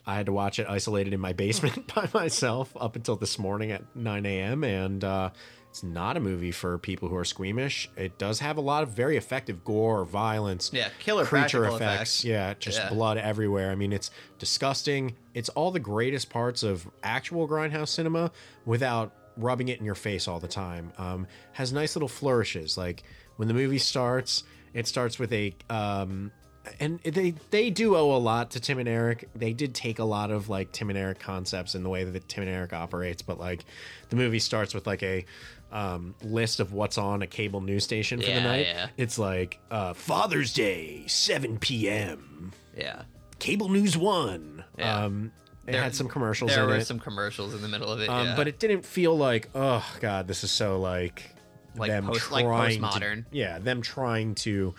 I had to watch it isolated in my basement by myself up until this morning at 9 a.m. And uh, it's not a movie for people who are squeamish. It does have a lot of very effective gore, violence, Yeah, killer creature practical effects. effects. Yeah, just Yeah. blood everywhere. I mean, it's disgusting. It's all the greatest parts of actual grindhouse cinema without rubbing it in your face all the time. Um, has nice little flourishes. Like when the movie starts, it starts with a um, and they they do owe a lot to Tim and Eric. They did take a lot of like Tim and Eric concepts and the way that Tim and Eric operates, but like the movie starts with like a um, list of what's on a cable news station for the Yeah, night. yeah. It's like uh, Father's Day, seven p.m. Yeah. Cable News One. Yeah. Um, it There- had some commercials. There in were it. some commercials in the middle of it. Um, yeah. But it didn't feel like, oh god, this is so like Like them post- like trying postmodern. To, yeah, them trying to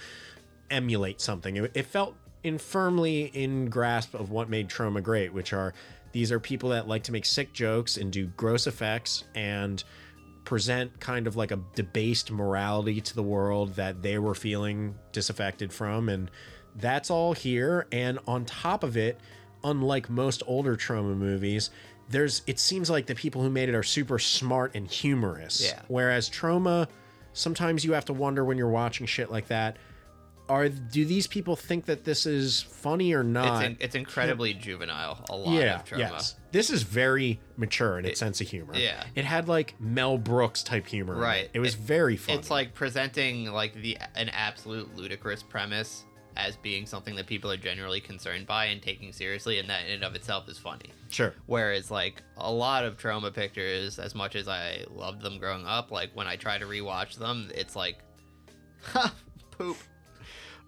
emulate something. It, it felt infirmly in grasp of what made Troma great, which are these are people that like to make sick jokes and do gross effects and present kind of like a debased morality to the world that they were feeling disaffected from and that's all here and on top of it unlike most older trauma movies there's it seems like the people who made it are super smart and humorous Yeah. whereas trauma sometimes you have to wonder when you're watching shit like that are do these people think that this is funny or it's, not in, it's incredibly juvenile. A lot yeah, of trauma. yes. This is very mature in its sense of humor. yeah. It had like Mel Brooks type humor. in it. Right. It, was It- very funny. It's like presenting like the an absolute ludicrous premise as being something that people are generally concerned by and taking seriously, and that in and of itself is funny. sure. Whereas like a lot of trauma pictures, as much as I loved them growing up, like when I try to rewatch them, it's like, ha, poop.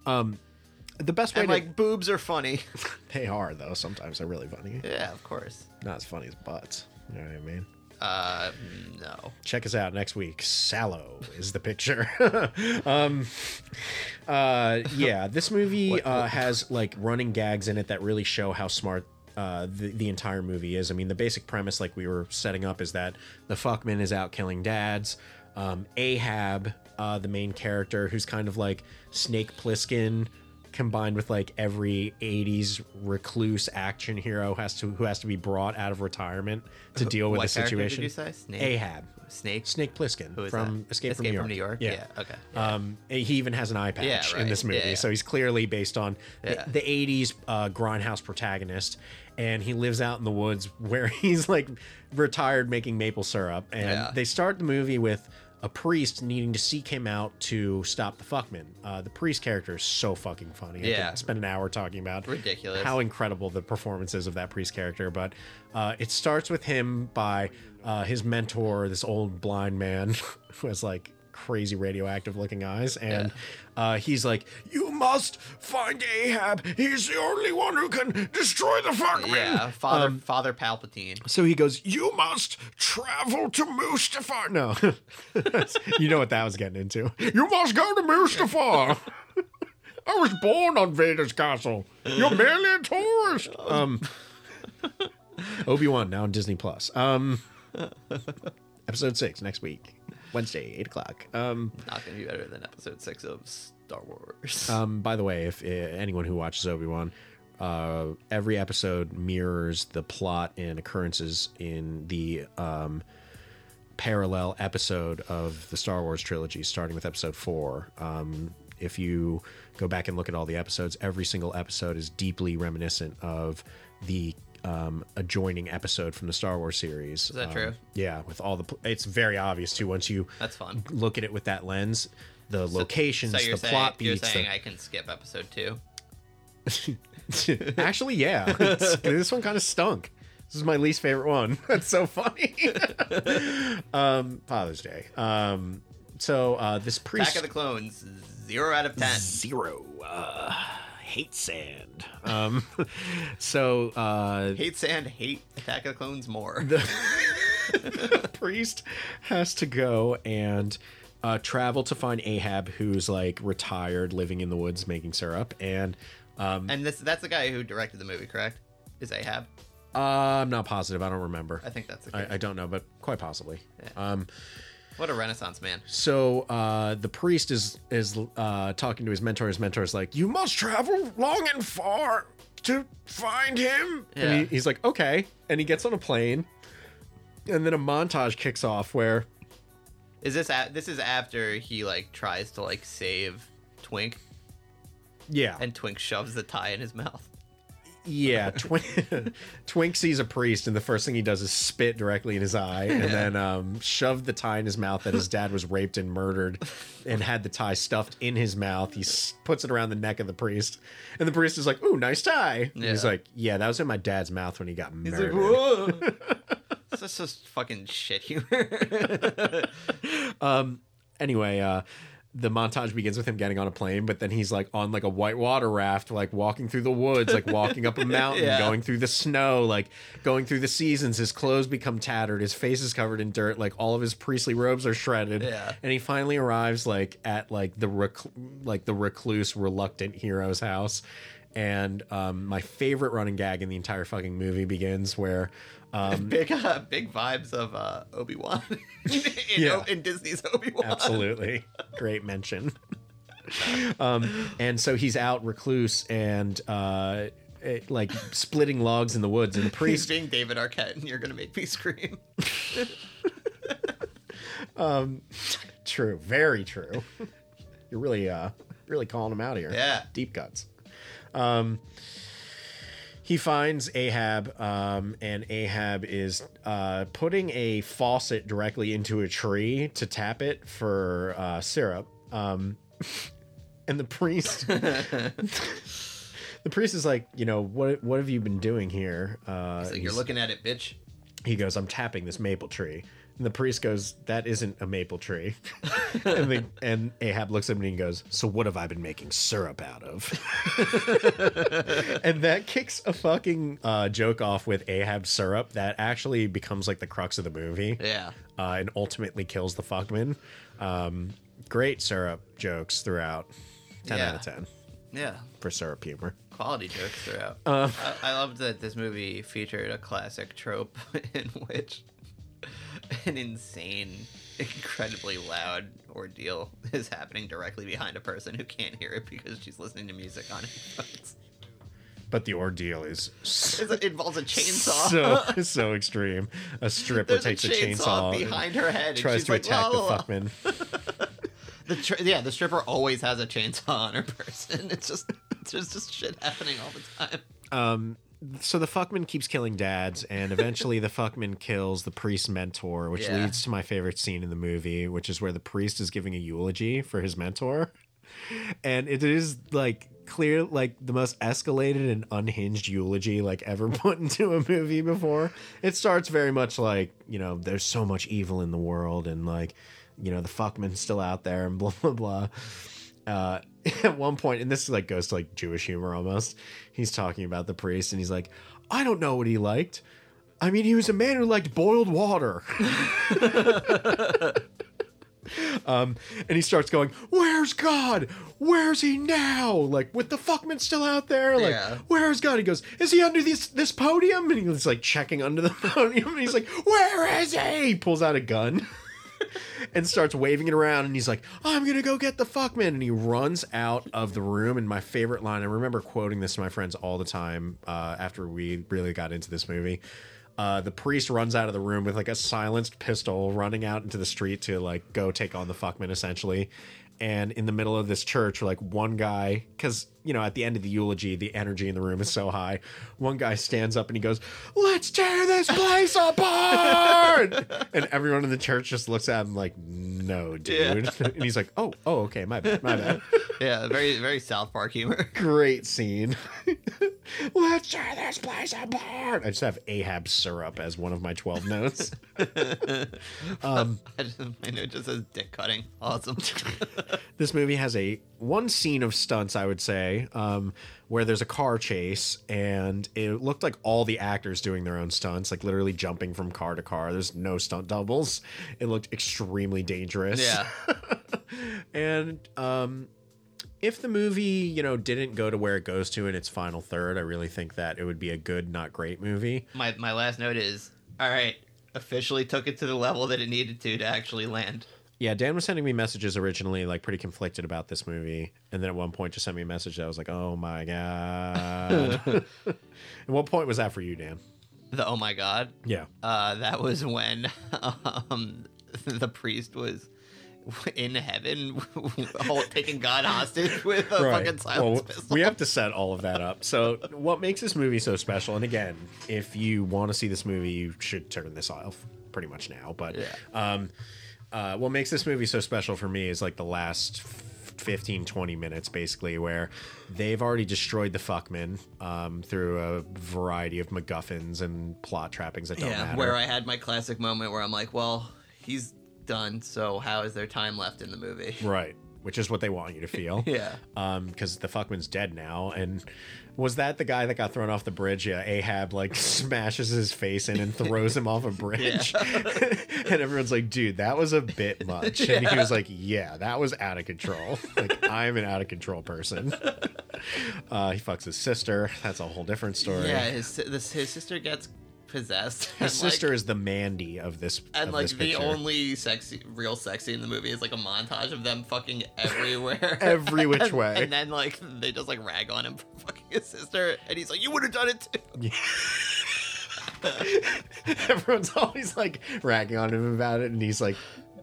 The best way And to like boobs are funny. they are though. Sometimes they're really funny. yeah, of course. Not as funny as butts. You know what I mean? Uh, no. Check us out next week. Sallow is the picture. um, uh, yeah, this movie uh, has like running gags in it that really show how smart uh, the, the entire movie is. I mean, the basic premise, like we were setting up, is that the fuckman is out killing dads. Um, Ahab, uh, the main character, who's kind of like Snake Plissken combined with like every 80s recluse action hero has to who has to be brought out of retirement to deal with what the character did situation you say? Snake? ahab Snake. Snake Who Plissken is from that? Escape, from, New York. Yeah. Okay. Um, he even has an eye patch Yeah, in right. this movie, Yeah, yeah. so he's clearly based on the- Yeah. the, '80s uh, grindhouse protagonist. And he lives out in the woods where he's like retired, making maple syrup. And Yeah. they start the movie with a priest needing to seek him out to stop the fuckman. Uh, the priest character is so fucking funny. I Yeah. could spend an hour talking about Ridiculous. how incredible the performance is of that priest character. But uh, it starts with him by uh, his mentor, this old blind man who has like crazy radioactive looking eyes. And uh, he's like, You must find Ahab. He's the only one who can destroy the fuckman. yeah. Father Father Palpatine. So he goes, You must travel to Mustafar. No. you know what that was getting into. You must go to Mustafar. I was born on Vader's castle. You're merely a tourist. Um, Obi Wan, now on Disney Plus. Um, episode six next week, Wednesday, 8 o'clock. Um, Not gonna be better than Episode Six of Star Wars. um, by the way, if uh, anyone who watches Obi Wan, uh, every episode mirrors the plot and occurrences in the um, parallel episode of the Star Wars trilogy, starting with Episode Four. Um, if you go back and look at all the episodes, every single episode is deeply reminiscent of the um, adjoining episode from the Star Wars series. Is that true? Yeah, with all the, pl- it's very obvious too once you That's fun. look at it with that lens. The locations, So you're the saying, plot you're beats, the- saying I can skip Episode Two? Actually, yeah. It's- this one kind of stunk. This is my least favorite one. That's so funny. um, Father's Day. Um, so uh, this priest Attack of the Clones. Zero out of ten. zero uh, hate sand. Um, so uh, Hate sand. Hate Attack of the Clones more. priest has to go and uh, travel to find Ahab, who's like retired, living in the woods, making syrup, and. Um, and this that's the guy who directed the movie, correct? Is Ahab? uh, I'm not positive. I don't remember. I think that's the case. I, I don't know, but quite possibly. Um, What a renaissance man. so uh, the priest is is uh, talking to his mentor. His mentor is like, "You must travel long and far to find him." And Yeah. he, he's like, "Okay," and he gets on a plane, and then a montage kicks off where Is this a- this is after he like tries to like save Twink yeah, and Twink shoves the tie in his mouth. yeah, Twin- Twink sees a priest, and the first thing he does is spit directly in his eye, and then um, shove the tie in his mouth that his dad was raped and murdered, and had the tie stuffed in his mouth. He s- puts it around the neck of the priest, and the priest is like, "Ooh, nice tie." And He's Yeah. like, "Yeah, that was in my dad's mouth when he got He's murdered." like, whoa. That's just fucking shit humor. anyway, uh, the montage begins with him getting on a plane, but then he's like on like a whitewater raft, like walking through the woods, like walking up a mountain, Yeah. going through the snow, like going through the seasons. His clothes become tattered, his face is covered in dirt, like all of his priestly robes are shredded. Yeah. And he finally arrives like at like the rec- like the recluse, reluctant hero's house. And um, my favorite running gag in the entire fucking movie begins where um, big, uh, big vibes of uh, Obi Wan in, Yeah. in Disney's Obi Wan. Absolutely. Great mention. um, and so he's out recluse and uh, it- like splitting logs in the woods. And the He's priest, being David Arquette, and you're gonna make me scream. true, very true. You're really, uh, really calling him out here. Yeah. Deep cuts. Um, he finds Ahab, um, and Ahab is uh, putting a faucet directly into a tree to tap it for uh, syrup. Um, and the priest the priest is like, you know, what what have you been doing here? Uh, It's like and you're he's- looking at it, bitch. he goes, I'm tapping this maple tree. And the priest goes, That isn't a maple tree. and, the, and Ahab looks at him and he goes, So what have I been making syrup out of? and that kicks a fucking uh, joke off with Ahab syrup that actually becomes like the crux of the movie Yeah. uh, and ultimately kills the fuckman. Um, great syrup jokes throughout. 10 out of Yeah. 10 Yeah. for syrup humor. Quality jokes throughout. Uh. I, I loved that this movie featured a classic trope in which an insane, incredibly loud ordeal is happening directly behind a person who can't hear it because she's listening to music on headphones. But the ordeal is It's a- It involves a chainsaw. so so extreme. A stripper There's takes a a chainsaw, chainsaw, behind her head. and And tries she's to like, attack la, la, la. the fuckman. The tr- yeah, the stripper always has a chainsaw on her person. It's just there's just shit happening all the time. So the fuckman keeps killing dads, and eventually the fuckman kills the priest's mentor, which Yeah. leads to my favorite scene in the movie, which is where the priest is giving a eulogy for his mentor, and it is like clear like the most escalated and unhinged eulogy like ever put into a movie before it starts very much like you know there's so much evil in the world and like you know the fuckman's still out there and blah blah blah uh, at one point, and this like goes to like Jewish humor almost. He's talking about the priest, and he's like, "I don't know what he liked. I mean, he was a man who liked boiled water." um, and he starts going, "Where's God? Where's he now? Like, with the fuckman still out there? Like, Yeah. where's God?" He goes, "Is he under this this podium?" And he's like checking under the podium, and he's like, "Where is he?" He pulls out a gun and starts waving it around and he's like i'm gonna go get the fuckman and he runs out of the room and my favorite line i remember quoting this to my friends all the time uh, after we really got into this movie uh, the priest runs out of the room with like a silenced pistol running out into the street to like go take on the fuckman essentially and in the middle of this church like one guy because you know at the end of the eulogy the energy in the room is so high one guy stands up and he goes let's tear this place apart and everyone in the church just looks at him like no dude and he's like oh oh okay my bad my bad Yeah, very very South Park humor. great scene let's tear this place apart i just have ahab syrup as one of my 12 notes I just, my note just says dick cutting. Awesome. this movie has a one scene of stunts i would say um, where there's a car chase and it looked like all the actors doing their own stunts like literally jumping from car to car there's no stunt doubles it looked extremely dangerous yeah, and um, if the movie you know didn't go to where it goes to in its final third i really think that it would be a good not great movie my my last note is all right. Officially took it to the level that it needed to to actually land. Yeah, Dan was sending me messages originally, like pretty conflicted about this movie, and then at one point just sent me a message that was like, "Oh my god." At what point was that for you, Dan? The oh my god. Yeah. Uh, that was when um, the priest was in heaven, whole, taking God hostage with a fucking silence Well, pistol. we have to set all of that up. So, what makes this movie so special? And again, if you want to see this movie, you should turn this off pretty much now. But Yeah. um, uh, what makes this movie so special for me is like the last. f- 15 20 minutes basically where they've already destroyed the fuckmen um, through a variety of MacGuffins and plot trappings that don't yeah, matter. where I had my classic moment where I'm like, well, he's done, so how is there time left in the movie? right, which is what they want you to feel. Yeah. um because the fuckman's dead now and was that the guy that got thrown off the bridge yeah ahab like smashes his face in and throws him off a bridge and everyone's like dude that was a bit much and he was like yeah that was out of control like i'm an out of control person uh he fucks his sister that's a whole different story Yeah, his si- this, his sister gets possessed. his and, like- sister is the mandy of this and of like this the picture. only sexy, real sexy in the movie is like a montage of them fucking everywhere, Every which And- way. And then like they just like rag on him for fucking his sister, and he's like, "You would have done it too." everyone's always like ragging on him about it and he's like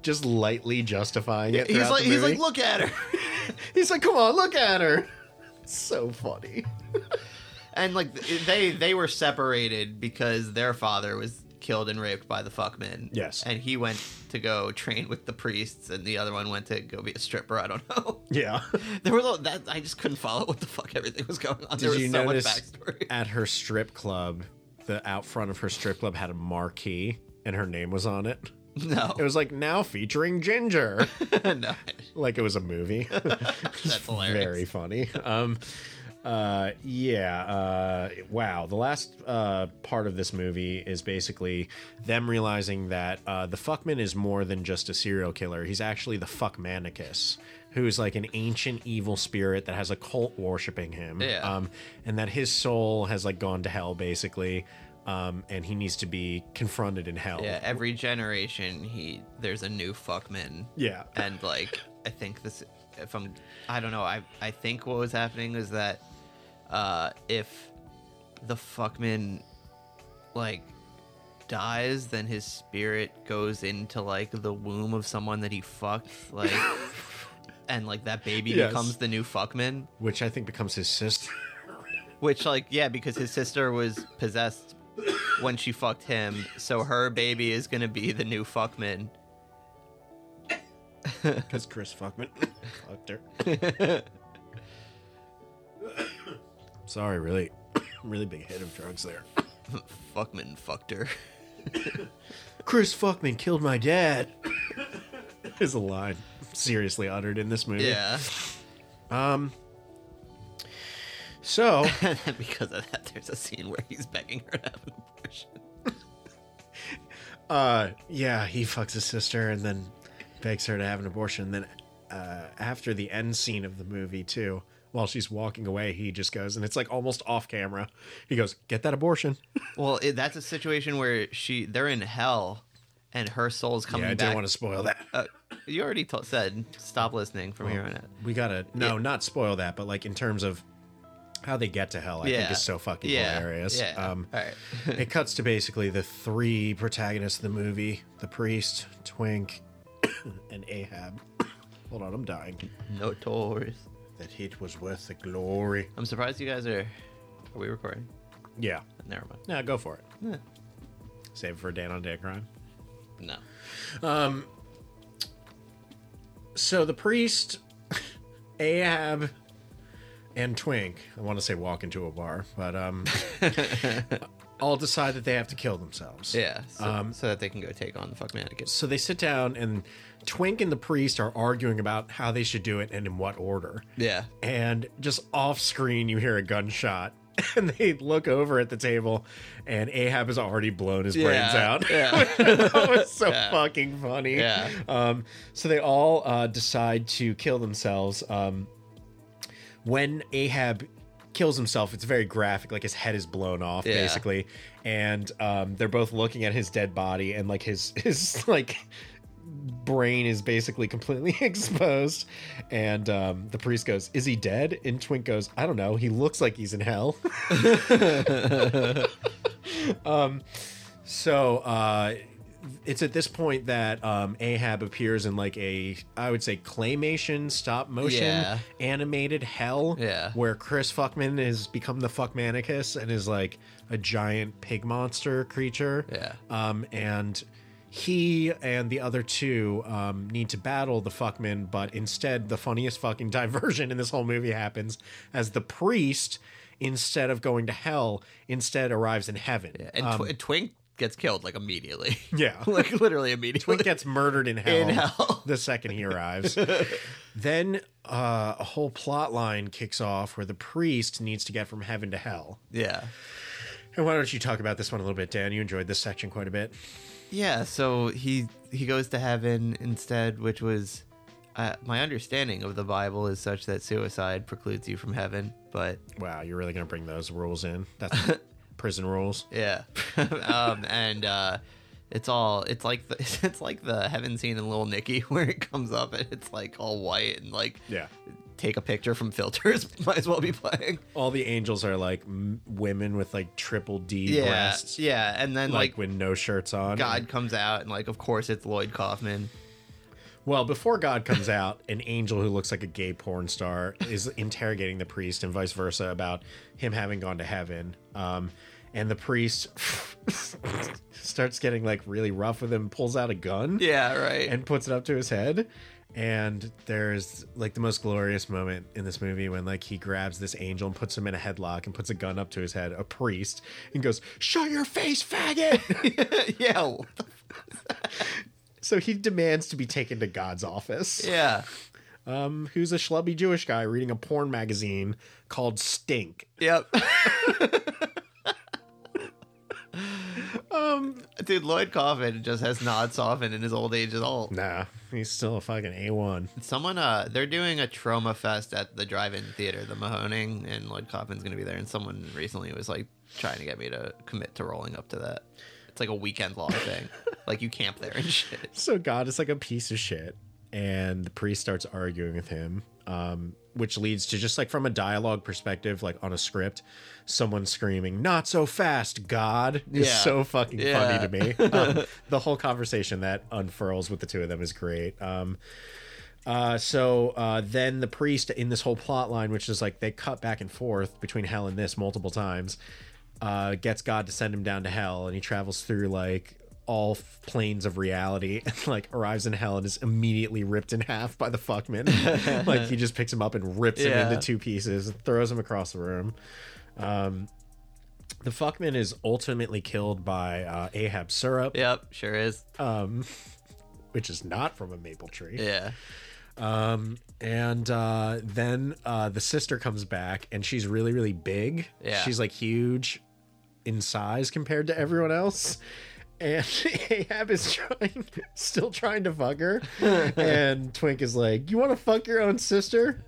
just lightly justifying it He's throughout like, the he's movie. like, "Look at her," He's like, come on, look at her. So funny. and like they they were separated because their father was killed and raped by the fuckmen. Yes. and he went to go train with the priests, and the other one went to go be a stripper. I don't know. Yeah. There was a, that I just couldn't follow what the fuck everything was going on. there Did was you so notice much backstory. at her strip club, the out front of her strip club had a marquee and her name was on it? No, It was like now featuring Ginger. no, like it was a movie. that's hilarious. Very funny. Um uh yeah, uh wow. The last uh part of this movie is basically them realizing that uh the fuckman is more than just a serial killer. He's actually the fuckmanicus, who's like an ancient evil spirit that has a cult worshiping him. Yeah. Um and that his soul has like gone to hell basically. Um, and he needs to be confronted in hell. Yeah, every generation he there's a new fuckman. Yeah. And like I think this if I'm I don't know, I I think what was happening was that uh if the fuckman like dies, then his spirit goes into like the womb of someone that he fucked, like and like that baby Yes. becomes the new fuckman. Which I think becomes his sister. Which, like, yeah, because his sister was possessed when she fucked him, so her baby is gonna be the new fuckman. Because Chris Fuckman fucked her. Sorry, really, really big hit of drugs there. Fuckman fucked her. Chris Fuckman killed my dad. is a line seriously uttered in this movie. Yeah. So And then because of that, there's a scene where he's begging her to have an abortion. uh yeah he fucks his sister and then begs her to have an abortion and then uh after the end scene of the movie too while she's walking away he just goes and it's like almost off camera he goes get that abortion Well, it, that's a situation where she they're in hell, and her soul's coming yeah i back. didn't want to spoil that uh, you already t- said stop listening from here on out. We gotta no, not spoil that, but like in terms of how they get to hell, I think Yeah. is so fucking Yeah. hilarious. Yeah. Um, All right. it cuts to basically the three protagonists of the movie: the priest, Twink, and Ahab. Hold on, I'm dying. No tours. That hit was worth the glory. I'm surprised you guys are. Are we recording? Yeah, Never mind. no, go for it. Save it for Dan on Dan crime. No. So the priest, Ahab, and Twink, I want to say walk into a bar, but um, all decide that they have to kill themselves. Yeah. So, so that they can go take on the fuck mannequins. So they sit down, and Twink and the priest are arguing about how they should do it and in what order. Yeah. And just off screen, you hear a gunshot, and they look over at the table, and Ahab has already blown his brains out. Yeah. that was so fucking funny. Yeah. Um, so they all uh, decide to kill themselves. Um, when Ahab kills himself, it's very graphic. Like his head is blown off, Yeah. basically, and um, they're both looking at his dead body, and like his his like brain is basically completely exposed. And um, the priest goes, "Is he dead?" And Twink goes, "I don't know. He looks like he's in hell." um, so uh, it's at this point that um, Ahab appears in like a I would say claymation stop motion Yeah. animated hell Yeah. where Chris Fuckman has become the fuck manicus and is like a giant pig monster creature Yeah. um, and he and the other two um, need to battle the fuckman but instead the funniest fucking diversion in this whole movie happens as the priest instead of going to hell instead arrives in heaven And Twi- Twink gets killed like immediately. Yeah. like literally immediately. Twink gets murdered in hell, In hell. the second he arrives. then uh, a whole plot line kicks off where the priest needs to get from heaven to hell. yeah. And why don't you talk about this one a little bit, Dan? You enjoyed this section quite a bit. Yeah, so he he goes to heaven instead, which was uh, my understanding of the Bible is such that suicide precludes you from heaven, but Wow, you're really going to bring those rules in? That's prison rules. yeah. um, and uh, it's all it's like the, it's like the heaven scene in Little Nicky where it comes up and it's like all white and like Yeah. take a picture from filters might as well be playing. All the angels are like m- women with like triple D Yeah, breasts. yeah, and then Like, like, with no shirts on. God comes out and like of course it's Lloyd Kaufman. Well, before God comes out, an angel who looks like a gay porn star is interrogating the priest and vice versa about him having gone to heaven. Um, and the priest starts getting like really rough with him, pulls out a gun Yeah, right. and puts it up to his head. And there's like the most glorious moment in this movie when like he grabs this angel and puts him in a headlock and puts a gun up to his head, a priest, and goes, "Shut your face, faggot!" yeah, what the f- so he demands to be taken to God's office. yeah. um, who's a schlubby Jewish guy reading a porn magazine called Stink. Yep. um, dude, Lloyd Kaufman just has not softened in his old age at all. Nah, he's still a fucking A1. Someone, uh, they're doing a trauma fest at the drive-in theater, the Mahoning, and Lloyd Kaufman's gonna be there. And someone recently was like trying to get me to commit to rolling up to that. It's like a weekend-long thing. like you camp there and shit. So God is like a piece of shit. And the priest starts arguing with him, um, which leads to just like from a dialogue perspective, like on a script, someone screaming, Not so fast, God is Yeah. so fucking Yeah. funny to me. Um, the whole conversation that unfurls with the two of them is great. Um, Uh, so uh, then the priest in this whole plot line, which is like they cut back and forth between hell and this multiple times, uh, gets God to send him down to hell, and he travels through like all f- planes of reality and like arrives in hell and is immediately ripped in half by the fuckman. like he just picks him up and rips him Yeah. into two pieces and throws him across the room. Um, the fuckman is ultimately killed by uh, Ahab syrup, Yep, sure is. which is not from a maple tree. Yeah. and uh, then uh, the sister comes back and she's really really big Yeah. she's like huge in size compared to everyone else and ahab is trying still trying to fuck her and twink is like you want to fuck your own sister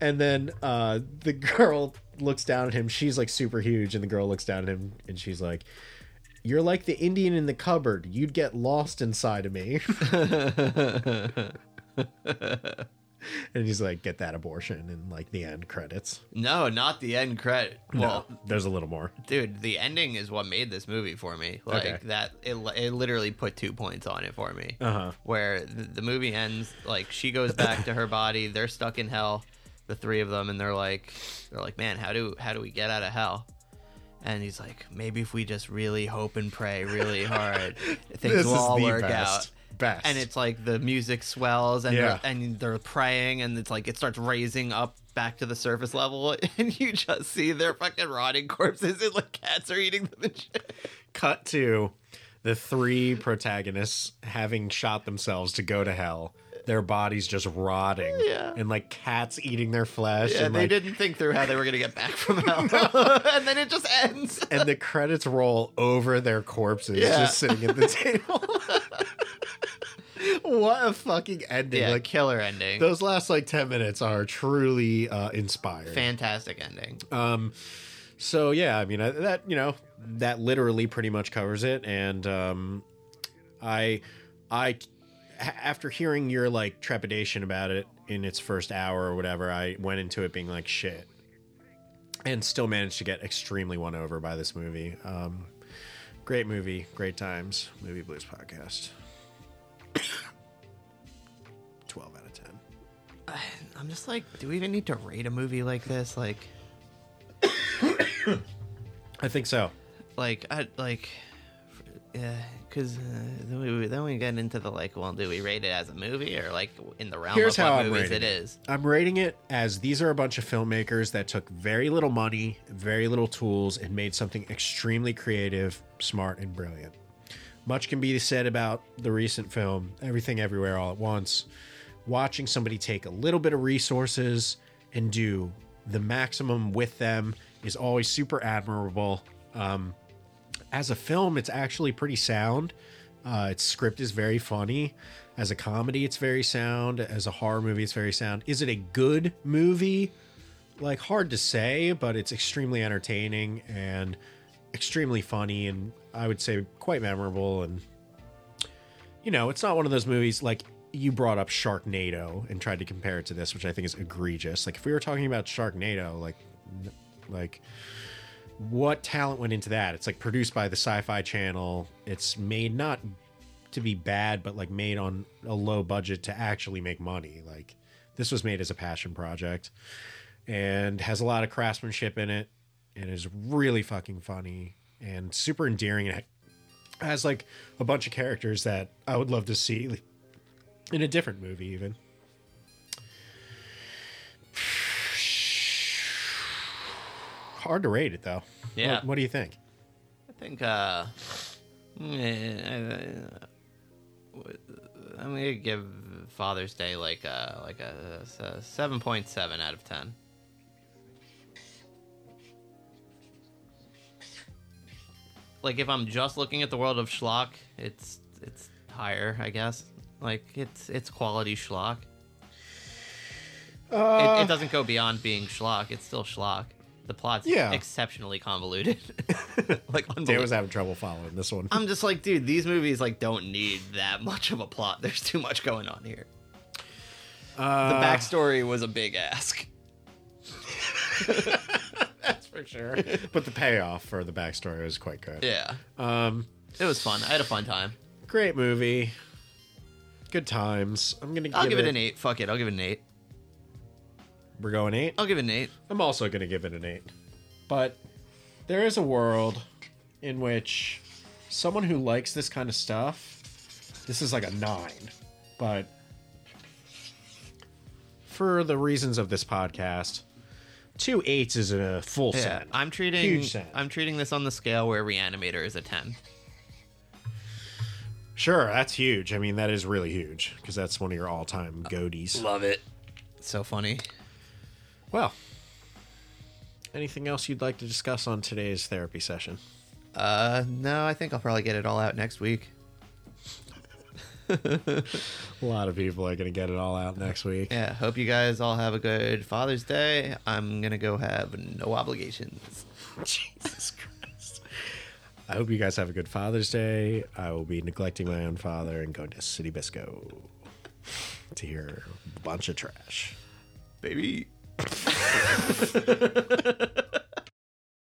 and then uh, the girl looks down at him she's like super huge and the girl looks down at him and she's like you're like the indian in the cupboard you'd get lost inside of me and he's like get that abortion and like the end credits No, not the end credit. Well, no, there's a little more dude the ending is what made this movie for me like Okay. that it, li- it literally put two points on it for me Uh-huh. where the, the movie ends like she goes back to her body they're stuck in hell the three of them and they're like they're like man how do how do we get out of hell and he's like maybe if we just really hope and pray really hard things This will is all the work best. out Best. and it's like the music swells and Yeah. they're, and they're praying and it's like it starts raising up back to the surface level and you just see their fucking rotting corpses and like cats are eating them and shit. cut to the three protagonists having shot themselves to go to hell their bodies just rotting Yeah. and like cats eating their flesh Yeah, and they like didn't think through how they were gonna get back from hell, and then it just ends. and the credits roll over their corpses Yeah. just sitting at the table what a fucking ending Yeah, like killer ending, those last like 10 minutes are truly uh inspired fantastic ending. So yeah, I mean I, that you know that literally pretty much covers it, and um, I I a- after hearing your like trepidation about it in its first hour or whatever, I went into it being like shit, and still managed to get extremely won over by this movie. Um, Great movie, great times. Movie Blues podcast. 12 out of 10. I'm just like, do we even need to rate a movie like this? Like, I think so. like, I like, yeah, because uh, then we then we get into the like, well, do we rate it as a movie or like in the realm Here's of how what I'm movies rating it it. is? I'm rating it as these are a bunch of filmmakers that took very little money, very little tools, and made something extremely creative, smart, and brilliant. Much can be said about the recent film, Everything Everywhere All at Once. Watching somebody take a little bit of resources and do the maximum with them is always super admirable. Um, as a film, it's actually pretty sound. Uh, its script is very funny. As a comedy, it's very sound. As a horror movie, it's very sound. Is it a good movie? Like, hard to say, but it's extremely entertaining and extremely funny, and I would say quite memorable. And, you know, it's not one of those movies like you brought up Sharknado and tried to compare it to this, which I think is egregious. Like, if we were talking about Sharknado, like, n- like, what talent went into that? It's like produced by the Sci-Fi Channel. It's made not to be bad, but like made on a low budget to actually make money. Like this was made as a passion project and has a lot of craftsmanship in it and is really fucking funny and super endearing and has like a bunch of characters that I would love to see like, in a different movie even. Hard to rate it though. Yeah. What, what do you think? I think uh, eh, I- I- I'm gonna give Father's Day like a like a, seven point seven out of ten. Like if I'm just looking at the world of schlock, it's it's higher, I guess. Like it's it's quality schlock. it, it doesn't go beyond being schlock. It's still schlock. The plot's Yeah. exceptionally convoluted. like Dan unbelievable. was having trouble following this one. I'm just like, dude, these movies like don't need that much of a plot. There's too much going on here. Uh, the backstory was a big ask. That's for sure. but the payoff for the backstory was quite good. Yeah, Um, it was fun. I had a fun time. great movie. Good times. I'm gonna. Give I'll give, it, an eight. Fuck it, I'll give it an eight. We're going eight. I'll give it an eight. I'm also gonna give it an eight. But there is a world in which someone who likes this kind of stuff, this is like a nine. But for the reasons of this podcast, two eights is a full Yeah, set. I'm treating Huge set. I'm treating this on the scale where Reanimator is a ten. Sure, that's huge. I mean, that is really huge because that's one of your all-time goatees. Love it. So funny. Well, anything else you'd like to discuss on today's therapy session? Uh, no, I think I'll probably get it all out next week. A lot of people are going to get it all out next week. Yeah, hope you guys all have a good Father's Day. I'm gonna go have no obligations. Jesus Christ. I hope you guys have a good Father's Day. I will be neglecting my own father and going to City Bisco to hear a bunch of trash. baby.